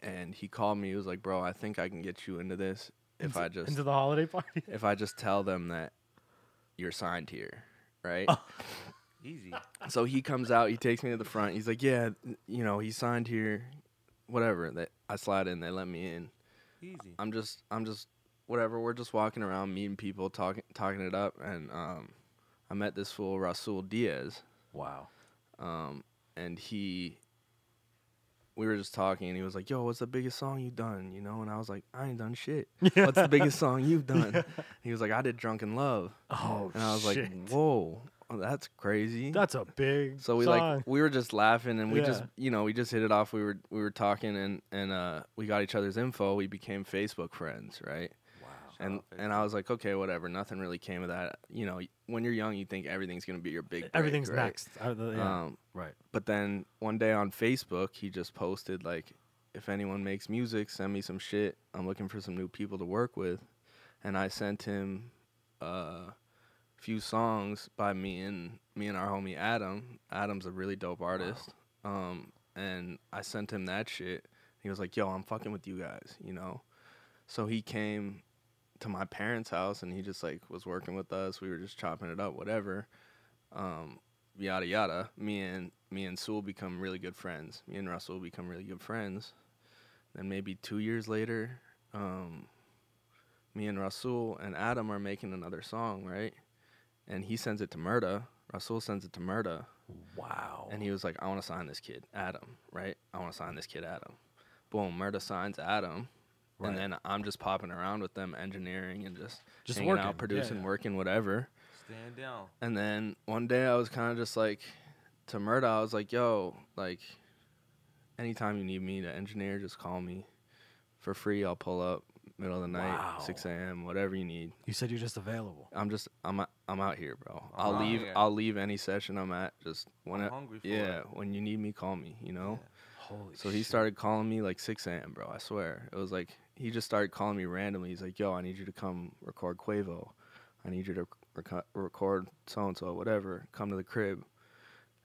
Speaker 4: And he called me. He was like, "Bro, I think I can get you into this if
Speaker 3: Into-
Speaker 4: I just
Speaker 3: into the holiday party.
Speaker 4: if I just tell them that you're signed here, right?"
Speaker 5: Easy.
Speaker 4: so he comes out, he takes me to the front. He's like, "Yeah, you know, he signed here, whatever." That I slide in, they let me in.
Speaker 5: Easy.
Speaker 4: I'm just I'm just whatever. We're just walking around, meeting people, talking talking it up, and um, I met this fool Rasul Diaz,
Speaker 3: Wow.
Speaker 4: um, and he. We were just talking, and he was like, "Yo, what's the biggest song you done?" You know, and I was like, "I ain't done shit. What's the biggest song you've done?" He was like, "I did Drunken Love,"
Speaker 3: Oh
Speaker 4: and I was
Speaker 3: shit.
Speaker 4: like, "Whoa, that's crazy."
Speaker 3: That's a big
Speaker 4: So we
Speaker 3: song.
Speaker 4: like we were just laughing and we just
Speaker 3: Yeah.
Speaker 4: you know we just hit it off. We were we were talking and and uh, we got each other's info. We became Facebook friends, right?
Speaker 3: Wow.
Speaker 4: And and I was like, okay, whatever. Nothing really came of that. You know, when you're young, you think everything's gonna be your big. Break,
Speaker 3: Everything's
Speaker 4: right?
Speaker 3: next. Uh, the- yeah.
Speaker 4: Um,
Speaker 3: right.
Speaker 4: but then one day on Facebook, he just posted like, if anyone makes music, send me some shit. I'm looking for some new people to work with, and I sent him uh, a few songs by me and me and our homie Adam. Adam's a really dope artist. Um, and I sent him that shit. He was like, "Yo, I'm fucking with you guys," you know. So he came to my parents' house and he just like was working with us. We were just chopping it up, whatever. Um, yada yada. Me and me and Sewell become really good friends. Me and Russell become really good friends. Then maybe two years later, um, me and Rasul and Adam are making another song, right? And he sends it to Murda. Rasul sends it to Murda.
Speaker 3: Wow.
Speaker 4: And he was like, I want to sign this kid, Adam, right? I want to sign this kid, Adam. Boom, Murda signs Adam.
Speaker 3: Right.
Speaker 4: And then I'm just popping around with them, engineering and just,
Speaker 3: Just
Speaker 4: hanging
Speaker 3: working. Yeah,
Speaker 4: out, producing,
Speaker 3: yeah.
Speaker 4: working, whatever.
Speaker 5: Stand down.
Speaker 4: And then one day I was kind of just like, to Murda, I was like, yo, like, anytime you need me to engineer, just call me for free. I'll pull up middle of the night,
Speaker 3: Wow.
Speaker 4: 6 a.m., whatever you need.
Speaker 3: you said you're just available.
Speaker 4: I'm just I'm o- I'm out here, bro. I'll
Speaker 5: out
Speaker 4: leave
Speaker 5: here.
Speaker 4: I'll leave any session I'm at. Just when
Speaker 5: I'm
Speaker 4: I-
Speaker 5: hungry for
Speaker 4: yeah,
Speaker 5: it.
Speaker 4: when you need me, call me. You know.
Speaker 3: Holy
Speaker 4: So he
Speaker 3: shit.
Speaker 4: started calling me like 6 a.m., bro. I swear it was like he just started calling me randomly. He's like, "Yo, I need you to come record Quavo. I need you to reco- record so and so, whatever. Come to the crib."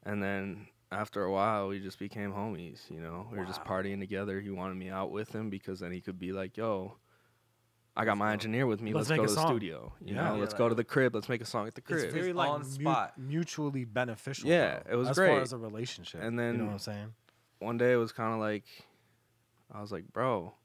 Speaker 4: And then after a while, we just became homies. You know, we were just partying together. He wanted me out with him because then he could be like, "Yo." I got my engineer with me.
Speaker 3: Let's
Speaker 4: Let's,
Speaker 3: make
Speaker 4: go
Speaker 3: a
Speaker 4: to the
Speaker 3: song."
Speaker 4: studio. You
Speaker 3: Yeah.
Speaker 4: know,
Speaker 5: Yeah,
Speaker 4: let's
Speaker 5: like-
Speaker 4: go to the crib. Let's make a song at the crib.
Speaker 3: it's very
Speaker 5: It's
Speaker 3: like
Speaker 5: on
Speaker 3: mu-
Speaker 5: spot.
Speaker 3: mutually beneficial.
Speaker 4: Yeah,
Speaker 3: though,
Speaker 4: it was
Speaker 3: as far
Speaker 4: great.
Speaker 3: as a relationship.
Speaker 4: And
Speaker 3: you know
Speaker 4: then-
Speaker 3: what I'm saying?
Speaker 4: one day it was kind of like I was like, bro,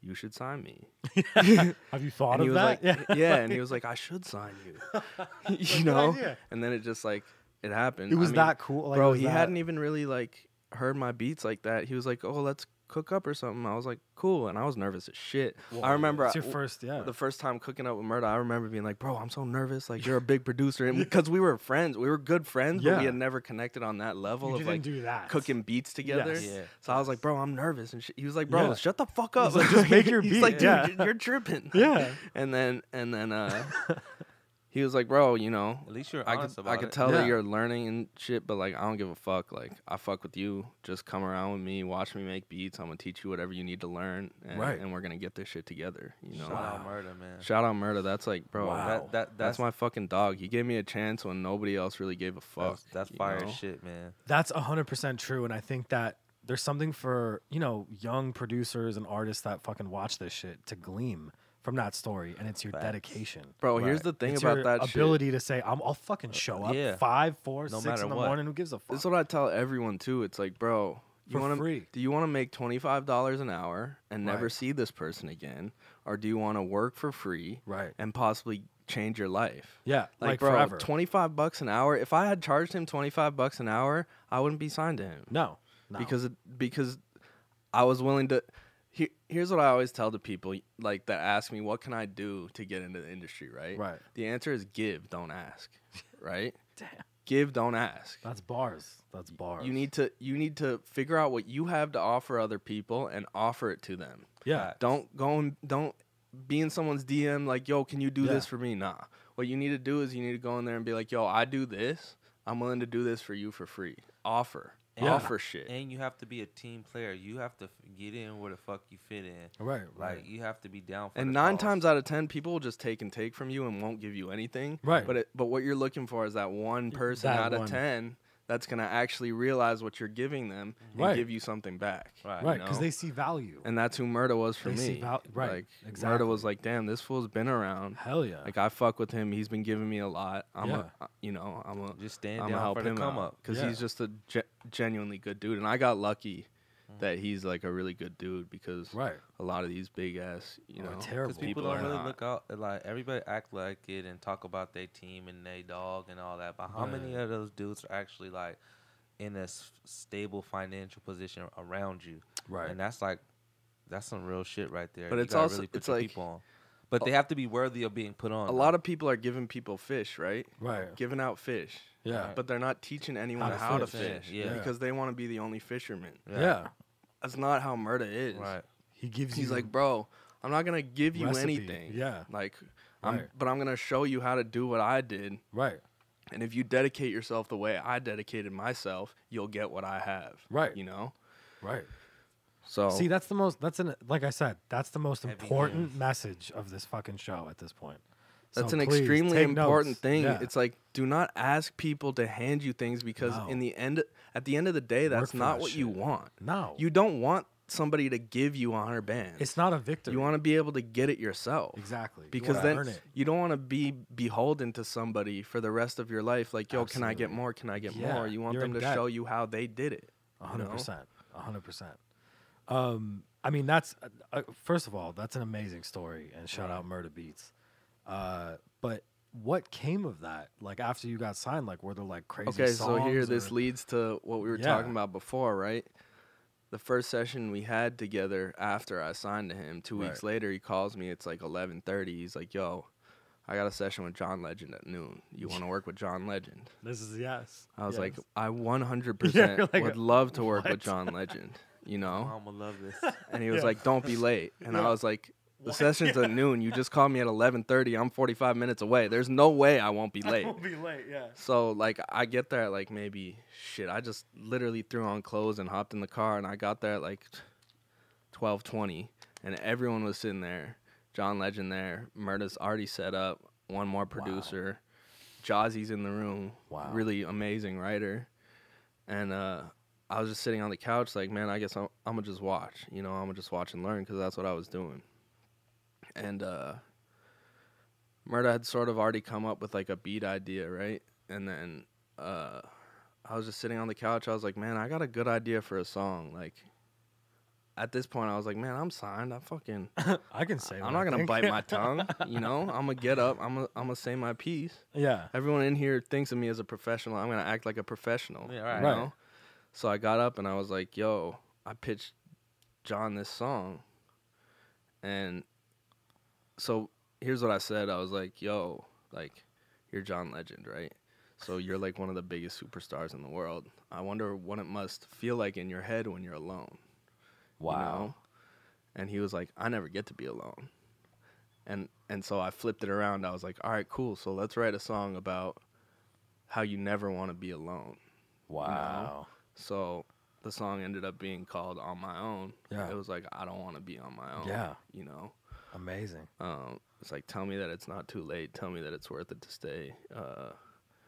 Speaker 4: you should sign me.
Speaker 3: Have you thought
Speaker 4: and he
Speaker 3: of
Speaker 4: was
Speaker 3: that?
Speaker 4: like, yeah. and he was like, I should sign you. you know?
Speaker 3: idea.
Speaker 4: And then it just like it happened.
Speaker 3: It
Speaker 4: I
Speaker 3: was
Speaker 4: mean,
Speaker 3: that cool. Like, it
Speaker 4: bro,
Speaker 3: was
Speaker 4: he
Speaker 3: that-
Speaker 4: hadn't even really like heard my beats like that, he was like, "Oh, let's cook up or something." I was like, "Cool," and I was nervous as shit. I remember
Speaker 3: It's
Speaker 4: I-
Speaker 3: your first, yeah.
Speaker 4: the first time cooking up with Murda, I remember being like, "Bro, I'm so nervous. Like, you're a big producer," and because we were friends, we were good friends, but
Speaker 3: Yeah.
Speaker 4: we had never connected on that level
Speaker 3: You
Speaker 4: of
Speaker 3: didn't
Speaker 4: like
Speaker 3: do that.
Speaker 4: cooking beats together.
Speaker 3: Yes.
Speaker 5: Yeah.
Speaker 4: So I was like, "Bro, I'm nervous," and sh-. he was like, "Bro,
Speaker 3: Yeah.
Speaker 4: shut the fuck up.
Speaker 3: He's like, "Just make your
Speaker 4: He's
Speaker 3: beat."
Speaker 4: like, "Dude,
Speaker 3: Yeah.
Speaker 4: you're, you're tripping."
Speaker 3: Yeah.
Speaker 4: And then and then uh, he was like, "Bro, you know."
Speaker 5: At least you're
Speaker 4: I
Speaker 5: honest
Speaker 4: could,
Speaker 5: about
Speaker 4: I could
Speaker 5: it.
Speaker 4: tell
Speaker 3: Yeah.
Speaker 4: that you're learning and shit, but like I don't give a fuck. Like I fuck with you. Just come around with me, watch me make beats. I'm gonna teach you whatever you need to learn, and,
Speaker 3: Right.
Speaker 4: and we're gonna get this shit together. You know,
Speaker 5: Shout out murder, man.
Speaker 4: Shout out Murda. That's like, bro,
Speaker 3: Wow.
Speaker 4: that,
Speaker 5: That, that,
Speaker 4: that's,
Speaker 5: that's,
Speaker 4: my fucking dog. He gave me a chance when nobody else really gave a fuck.
Speaker 5: That's, that's
Speaker 4: you
Speaker 5: fire
Speaker 4: know?
Speaker 5: as shit, man.
Speaker 3: That's 100% true. And I think that there's something for, you know, young producers and artists that fucking watch this shit to glean from that story. And it's your
Speaker 5: Facts.
Speaker 3: dedication.
Speaker 4: Bro, here's
Speaker 5: Right.
Speaker 4: the thing
Speaker 3: It's
Speaker 4: about
Speaker 3: your
Speaker 4: that shit. Uh,
Speaker 3: ability to say, I'm, I'll fucking show up
Speaker 5: yeah.
Speaker 3: five, four,
Speaker 5: No
Speaker 3: six
Speaker 5: matter
Speaker 3: in the
Speaker 5: what.
Speaker 3: morning. Who gives a fuck?
Speaker 4: This is what I tell everyone too. It's like, bro, you
Speaker 3: For
Speaker 4: want
Speaker 3: free.
Speaker 4: to do you want to make twenty five dollars an hour and never
Speaker 3: Right.
Speaker 4: see this person again, or do you want to work for free
Speaker 3: Right.
Speaker 4: and possibly change your life?
Speaker 3: yeah. Like,
Speaker 4: Like, bro,
Speaker 3: forever.
Speaker 4: twenty five bucks an hour. If I had charged him twenty five bucks an hour, I wouldn't be signed to him.
Speaker 3: no. No.
Speaker 4: because it, because I was willing to. Here, here's what I always tell to people like that ask me, "What can I do to get into the industry?" Right.
Speaker 3: Right.
Speaker 4: The answer is give, don't ask. Right. Damn. Give, don't ask.
Speaker 3: that's bars. That's bars.
Speaker 4: You need to you need to figure out what you have to offer other people and offer it to them.
Speaker 3: Yeah.
Speaker 4: Don't go and don't be in someone's DM like, yo, can you do
Speaker 3: Yeah.
Speaker 4: this for me? Nah. What you need to do is you need to go in there and be like, yo, I do this. I'm willing to do this for you for free. Offer.
Speaker 5: Yeah.
Speaker 4: Offer shit.
Speaker 5: And you have to be a team player. You have to f- get in where the fuck you fit in.
Speaker 3: Right. Right.
Speaker 5: Like you have to be down for.
Speaker 4: And
Speaker 5: the
Speaker 4: nine
Speaker 5: cause.
Speaker 4: times out of ten, people will just take and take from you and won't give you anything.
Speaker 3: Right.
Speaker 4: But it, but what you're looking for is that one person
Speaker 3: that
Speaker 4: out
Speaker 3: one.
Speaker 4: of ten that's gonna actually realize what you're giving them and
Speaker 3: Right.
Speaker 4: give you something back.
Speaker 5: Right.
Speaker 3: right. Because
Speaker 4: know?
Speaker 3: they see value.
Speaker 4: And that's who Murda was for
Speaker 3: They see
Speaker 4: me.
Speaker 3: val- right,
Speaker 4: Like
Speaker 3: exactly.
Speaker 4: Murda was like, damn, this fool's been around.
Speaker 3: Hell yeah.
Speaker 4: Like I fuck with him. He's been giving me a lot. I'm a, uh, you know, I'm a
Speaker 5: Just stand
Speaker 4: I'm
Speaker 5: down
Speaker 4: gonna help
Speaker 5: for the
Speaker 4: him
Speaker 5: come up.
Speaker 4: because
Speaker 3: Yeah.
Speaker 4: he's just a ge- genuinely good dude. And I got lucky
Speaker 5: Mm.
Speaker 4: that he's like a really good dude because
Speaker 3: right.
Speaker 4: a lot of these big ass, you
Speaker 3: Or
Speaker 4: know,
Speaker 3: terrible.
Speaker 5: Because
Speaker 4: People
Speaker 5: people, don't
Speaker 4: are
Speaker 5: really
Speaker 4: not.
Speaker 5: look out like everybody act like it and talk about their team and their dog and all that. But how many of those dudes are actually like in a s- stable financial position around you?
Speaker 3: Right.
Speaker 5: And that's like that's some real shit right there.
Speaker 4: But
Speaker 5: You
Speaker 4: it's
Speaker 5: gotta
Speaker 4: also-
Speaker 5: really put
Speaker 4: it's
Speaker 5: your
Speaker 4: like-
Speaker 5: people on. But they have to be worthy of being put on.
Speaker 4: a lot of people are giving people fish, right?
Speaker 3: Right.
Speaker 4: Giving out fish.
Speaker 3: Yeah.
Speaker 4: But they're not teaching anyone
Speaker 3: to
Speaker 4: how to,
Speaker 3: fish.
Speaker 4: fish,
Speaker 5: Yeah.
Speaker 4: because they want to be the only fisherman.
Speaker 3: yeah.
Speaker 4: That's not how Murda is.
Speaker 5: right.
Speaker 3: He gives
Speaker 4: He's
Speaker 3: you
Speaker 4: like, bro, I'm not gonna give you
Speaker 3: Hmm. Recipe,
Speaker 4: anything.
Speaker 3: yeah.
Speaker 4: Like, I'm,
Speaker 3: Right.
Speaker 4: but I'm gonna show you how to do what I did,
Speaker 3: right.
Speaker 4: and if you dedicate yourself the way I dedicated myself, you'll get what I have.
Speaker 3: Right.
Speaker 4: You know.
Speaker 3: Right.
Speaker 4: So
Speaker 3: See, that's the most. That's an like I said. That's the most
Speaker 5: Heavy
Speaker 3: important message of this fucking show at this point.
Speaker 4: That's
Speaker 3: So
Speaker 4: an
Speaker 3: please,
Speaker 4: extremely
Speaker 3: take
Speaker 4: important
Speaker 3: notes.
Speaker 4: thing.
Speaker 3: Yeah.
Speaker 4: It's like do not ask people to hand you things because
Speaker 3: No.
Speaker 4: in the end at the end of the day that's
Speaker 3: for
Speaker 4: not
Speaker 3: that
Speaker 4: what you
Speaker 3: shit.
Speaker 4: want.
Speaker 3: No.
Speaker 4: You don't want somebody to give you 100 bands.
Speaker 3: it's not a victory.
Speaker 4: you want to be able to get it yourself.
Speaker 3: exactly You
Speaker 4: Because
Speaker 3: wanna
Speaker 4: then
Speaker 3: earn it.
Speaker 4: you don't want to be beholden to somebody for the rest of your life like yo can I get
Speaker 3: Absolutely.
Speaker 4: more? Can I get
Speaker 3: Yeah,
Speaker 4: more? You want
Speaker 3: you're
Speaker 4: them
Speaker 3: in
Speaker 4: to
Speaker 3: debt.
Speaker 4: show you how they did it.
Speaker 3: A
Speaker 4: you
Speaker 3: hundred
Speaker 4: know?
Speaker 3: percent, a hundred percent. Um, I mean, that's uh, uh, first of all, that's an amazing story, and shout out Murder Beats. Uh, but what came of that? Like after you got signed, like were there like crazy?
Speaker 4: Okay, so here
Speaker 3: songs
Speaker 4: this
Speaker 3: or-
Speaker 4: leads to what we were
Speaker 3: Yeah.
Speaker 4: talking about before, right? The first session we had together after I signed to him, two weeks
Speaker 3: Right.
Speaker 4: later he calls me. It's like eleven thirty. He's like, "Yo, I got a session with John Legend at noon. You want to work with John Legend?"
Speaker 3: This is yes.
Speaker 4: I was
Speaker 3: yes.
Speaker 4: like, "I one hundred
Speaker 3: Yeah,
Speaker 4: percent
Speaker 3: you're like,
Speaker 4: would love to work
Speaker 3: "What?"
Speaker 4: with John Legend." You know?
Speaker 5: Mama love this.
Speaker 4: And he was
Speaker 3: Yeah.
Speaker 4: like, "Don't be late." And I was like. The session's at noon. You just called me at 11:30. I'm 45 minutes away. There's no way I won't be late.
Speaker 3: be late, yeah.
Speaker 4: So like I get there at like maybe shit. I just literally threw on clothes and hopped in the car and I got there at like twelve twenty and everyone was sitting there. John Legend there, Murda's already set up, one more producer, Jazzy's in the room,
Speaker 3: Wow.
Speaker 4: really amazing writer. And uh I was just sitting on the couch like, man, I guess I'm, I'm gonna just watch, you know, I'm gonna just watch and learn because that's what I was doing. And uh Murda had sort of already come up with like a beat idea, right? And then uh, I was just sitting on the couch. I was like, man, I got a good idea for a song. Like, at this point, I was like, man, I'm signed. I fucking,
Speaker 3: I can say.
Speaker 4: I'm not
Speaker 3: going
Speaker 4: gonna
Speaker 3: to
Speaker 4: bite my tongue. You know, I'm gonna get up. I'm gonna, I'm gonna say my piece.
Speaker 3: Yeah.
Speaker 4: Everyone in here thinks of me as a professional. I'm gonna act like a professional.
Speaker 5: Yeah, right.
Speaker 4: You
Speaker 3: Right.
Speaker 4: know? So I got up and I was like, yo, I pitched John this song. And so here's what I said. I was like, yo, like, you're John Legend, right? So you're like one of the biggest superstars in the world. I wonder what it must feel like in your head when you're alone. you know? And he was like, I never get to be alone. And and so I flipped it around. I was like, all right, cool. So let's write a song about how you never want to be alone.
Speaker 3: Wow.
Speaker 4: So the song ended up being called On My Own.
Speaker 3: Yeah.
Speaker 4: It was like, I don't want to be on my own.
Speaker 3: Yeah.
Speaker 4: You know?
Speaker 3: Amazing.
Speaker 4: Um, it's like, tell me that it's not too late. Tell me that it's worth it to stay. Uh,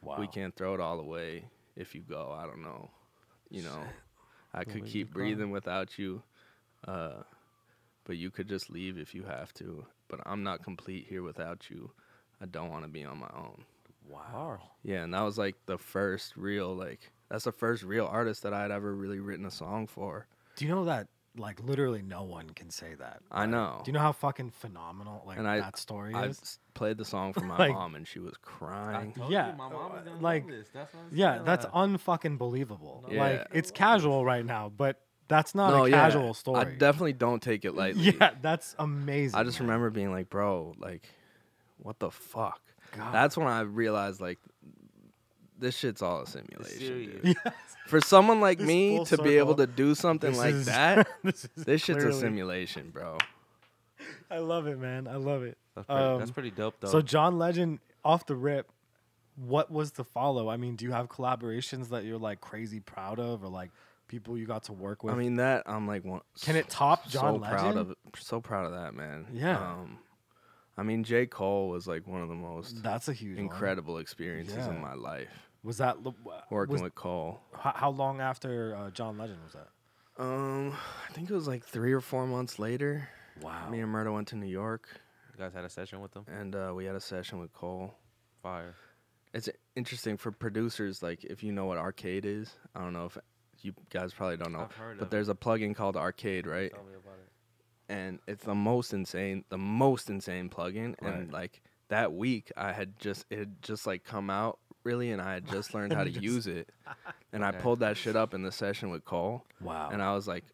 Speaker 3: Wow.
Speaker 4: We can't throw it all away if you go. I don't know. You know, I could
Speaker 3: leave
Speaker 4: keep
Speaker 3: you cry.
Speaker 4: breathing without you, uh, but you could just leave if you have to. But I'm not complete here without you. I don't want to be on my own.
Speaker 3: Wow.
Speaker 4: Yeah, and that was like the first real like that's the first real artist that I had ever really written a song for.
Speaker 3: Do you know that like literally no one can say that?
Speaker 4: I know.
Speaker 3: Do you know how fucking phenomenal like
Speaker 4: Oh. And I-
Speaker 3: that story
Speaker 4: I
Speaker 3: is?
Speaker 4: s- played the song for my
Speaker 3: Like-
Speaker 4: mom and she was crying.
Speaker 5: told
Speaker 3: Yeah,
Speaker 5: my mom is
Speaker 3: uh,
Speaker 5: gonna love
Speaker 3: like,
Speaker 5: this. That's what I'm
Speaker 3: Yeah,
Speaker 5: saying,
Speaker 3: that's
Speaker 5: like,
Speaker 3: unfucking believable.
Speaker 5: No,
Speaker 4: Yeah.
Speaker 3: Like it's casual right now, but that's not a
Speaker 4: yeah,
Speaker 3: casual story.
Speaker 4: I definitely don't take it lightly.
Speaker 3: yeah, that's amazing.
Speaker 4: I just
Speaker 3: man.
Speaker 4: remember being like, bro, like, what the fuck?
Speaker 3: God.
Speaker 4: That's when I realized, like, this shit's all a simulation.
Speaker 5: serious.
Speaker 4: Dude. For someone like
Speaker 3: This
Speaker 4: me
Speaker 3: full
Speaker 4: to be able
Speaker 3: circle.
Speaker 4: to do something
Speaker 3: This
Speaker 4: like
Speaker 3: is-
Speaker 4: that,
Speaker 3: this is
Speaker 4: this shit's a
Speaker 3: clearly-
Speaker 4: simulation, bro.
Speaker 3: I love it, man. I love it.
Speaker 5: That's pretty, that's
Speaker 3: Um,
Speaker 5: pretty dope though.
Speaker 3: So John Legend off the rip, what was the follow? I mean, do you have collaborations that you're like crazy proud of or like people you got to work with?
Speaker 4: I mean, that I'm like, one,
Speaker 3: Can it top John
Speaker 4: so proud
Speaker 3: Legend?
Speaker 4: of it. So proud of that, man.
Speaker 3: Yeah.
Speaker 4: Um, I mean, J. Cole was like one of the most
Speaker 3: that's a huge one.
Speaker 4: incredible experiences
Speaker 3: Yeah.
Speaker 4: in my life
Speaker 3: Was that
Speaker 4: working
Speaker 3: was,
Speaker 4: with Cole.
Speaker 3: how, how long after uh, John Legend was that?
Speaker 4: Um, I think it was like three or four months later.
Speaker 3: Wow.
Speaker 4: Me and Murda went to New York.
Speaker 5: you guys had a session with them.
Speaker 4: and uh, we had a session with Cole.
Speaker 5: Fire.
Speaker 4: It's interesting for producers, like if you know what Arcade is. I don't know if you guys probably don't know,
Speaker 5: I've heard
Speaker 4: but
Speaker 5: of
Speaker 4: there's a plugin called Arcade, right?
Speaker 5: Tell me about it.
Speaker 4: And it's the most insane, the most insane plugin.
Speaker 3: Right.
Speaker 4: And like that week, I had just it had just like come out really, and I had just learned how to use it, and I
Speaker 5: Okay.
Speaker 4: pulled that shit up in the session with Cole,
Speaker 3: Wow.
Speaker 4: and I was like,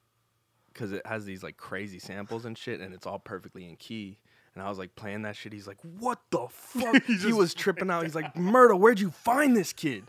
Speaker 4: because it has these like crazy samples and shit, and it's all perfectly in key. And I was like playing that shit. He's like, "What the fuck?" he, was tripping out. He's like, "Murda, where'd you find this kid?"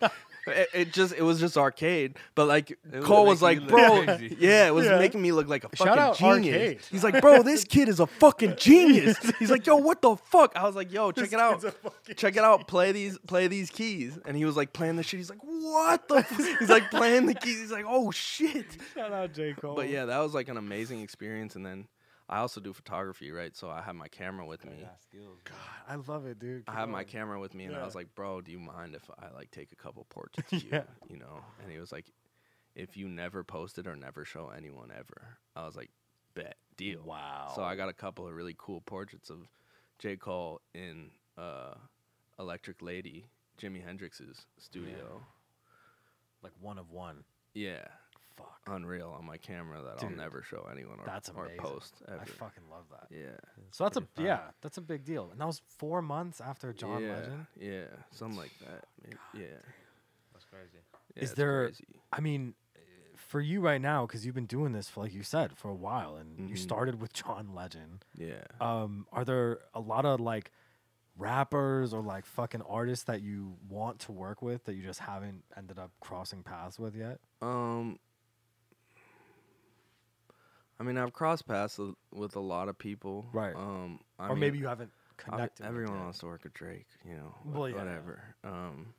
Speaker 4: it, it just it was just arcade, but like
Speaker 5: was
Speaker 4: Cole was like,
Speaker 5: making you
Speaker 4: "Bro,
Speaker 5: look crazy."
Speaker 4: yeah, it was
Speaker 3: Yeah.
Speaker 4: making me look like a fucking
Speaker 3: Shout out
Speaker 4: genius."
Speaker 3: Arcade.
Speaker 4: He's like, "Bro, this kid is a fucking genius." He's like, "Yo, what the fuck?" I was like, "Yo, check it out,
Speaker 3: kid's a fucking
Speaker 4: check it out, play these, play these keys." And he was like playing the shit. He's like, "What the?" F-? He's like playing the keys. He's like, "Oh shit."
Speaker 3: Shout out J Cole.
Speaker 4: But yeah, that was like an amazing experience. And then I also do photography, right? So I have my camera with me.
Speaker 5: Got skills. bro.
Speaker 3: I love it, dude.
Speaker 4: I have my
Speaker 3: Come
Speaker 4: camera with me, and I was
Speaker 3: Yeah.
Speaker 4: like, "Bro, do you mind if I like take a couple portraits of you?"
Speaker 3: Yeah.
Speaker 4: You know? And he was like, "If you never post it or never show anyone ever," I was like, "Bet deal."
Speaker 3: on. Wow.
Speaker 4: So I got a couple of really cool portraits of J. Cole in uh, Electric Lady, Jimi Hendrix's studio.
Speaker 3: like one of one.
Speaker 4: Yeah.
Speaker 3: Fuck.
Speaker 4: Unreal on my camera that I'll
Speaker 3: Dude,
Speaker 4: never show anyone or,
Speaker 3: That's
Speaker 4: or
Speaker 3: amazing.
Speaker 4: post ever.
Speaker 3: I fucking love that.
Speaker 4: yeah.
Speaker 3: So that's a
Speaker 5: pretty fire.
Speaker 3: yeah, that's a big deal. And that was four months after John
Speaker 4: yeah,
Speaker 3: Legend.
Speaker 4: Yeah, something like that. Maybe- yeah.
Speaker 5: That's crazy.
Speaker 4: Yeah,
Speaker 3: Is
Speaker 4: it's
Speaker 3: there-
Speaker 4: crazy.
Speaker 3: I mean, eh, for you right now, because you've been doing this for like you said for a while, and you
Speaker 4: Mhm.
Speaker 3: started with John Legend.
Speaker 4: Yeah.
Speaker 3: Um, are there a lot of like rappers or like fucking artists that you want to work with that you just haven't ended up crossing paths with yet?
Speaker 4: Um. I mean, I've crossed paths with- with a lot of people.
Speaker 3: Right.
Speaker 4: Um. I
Speaker 3: or
Speaker 4: mean,
Speaker 3: maybe you haven't
Speaker 4: ob-
Speaker 3: connected. with
Speaker 4: everyone
Speaker 3: them.
Speaker 4: wants to work with Drake, you know. wha-
Speaker 3: Well, yeah.
Speaker 4: Whatever. Um.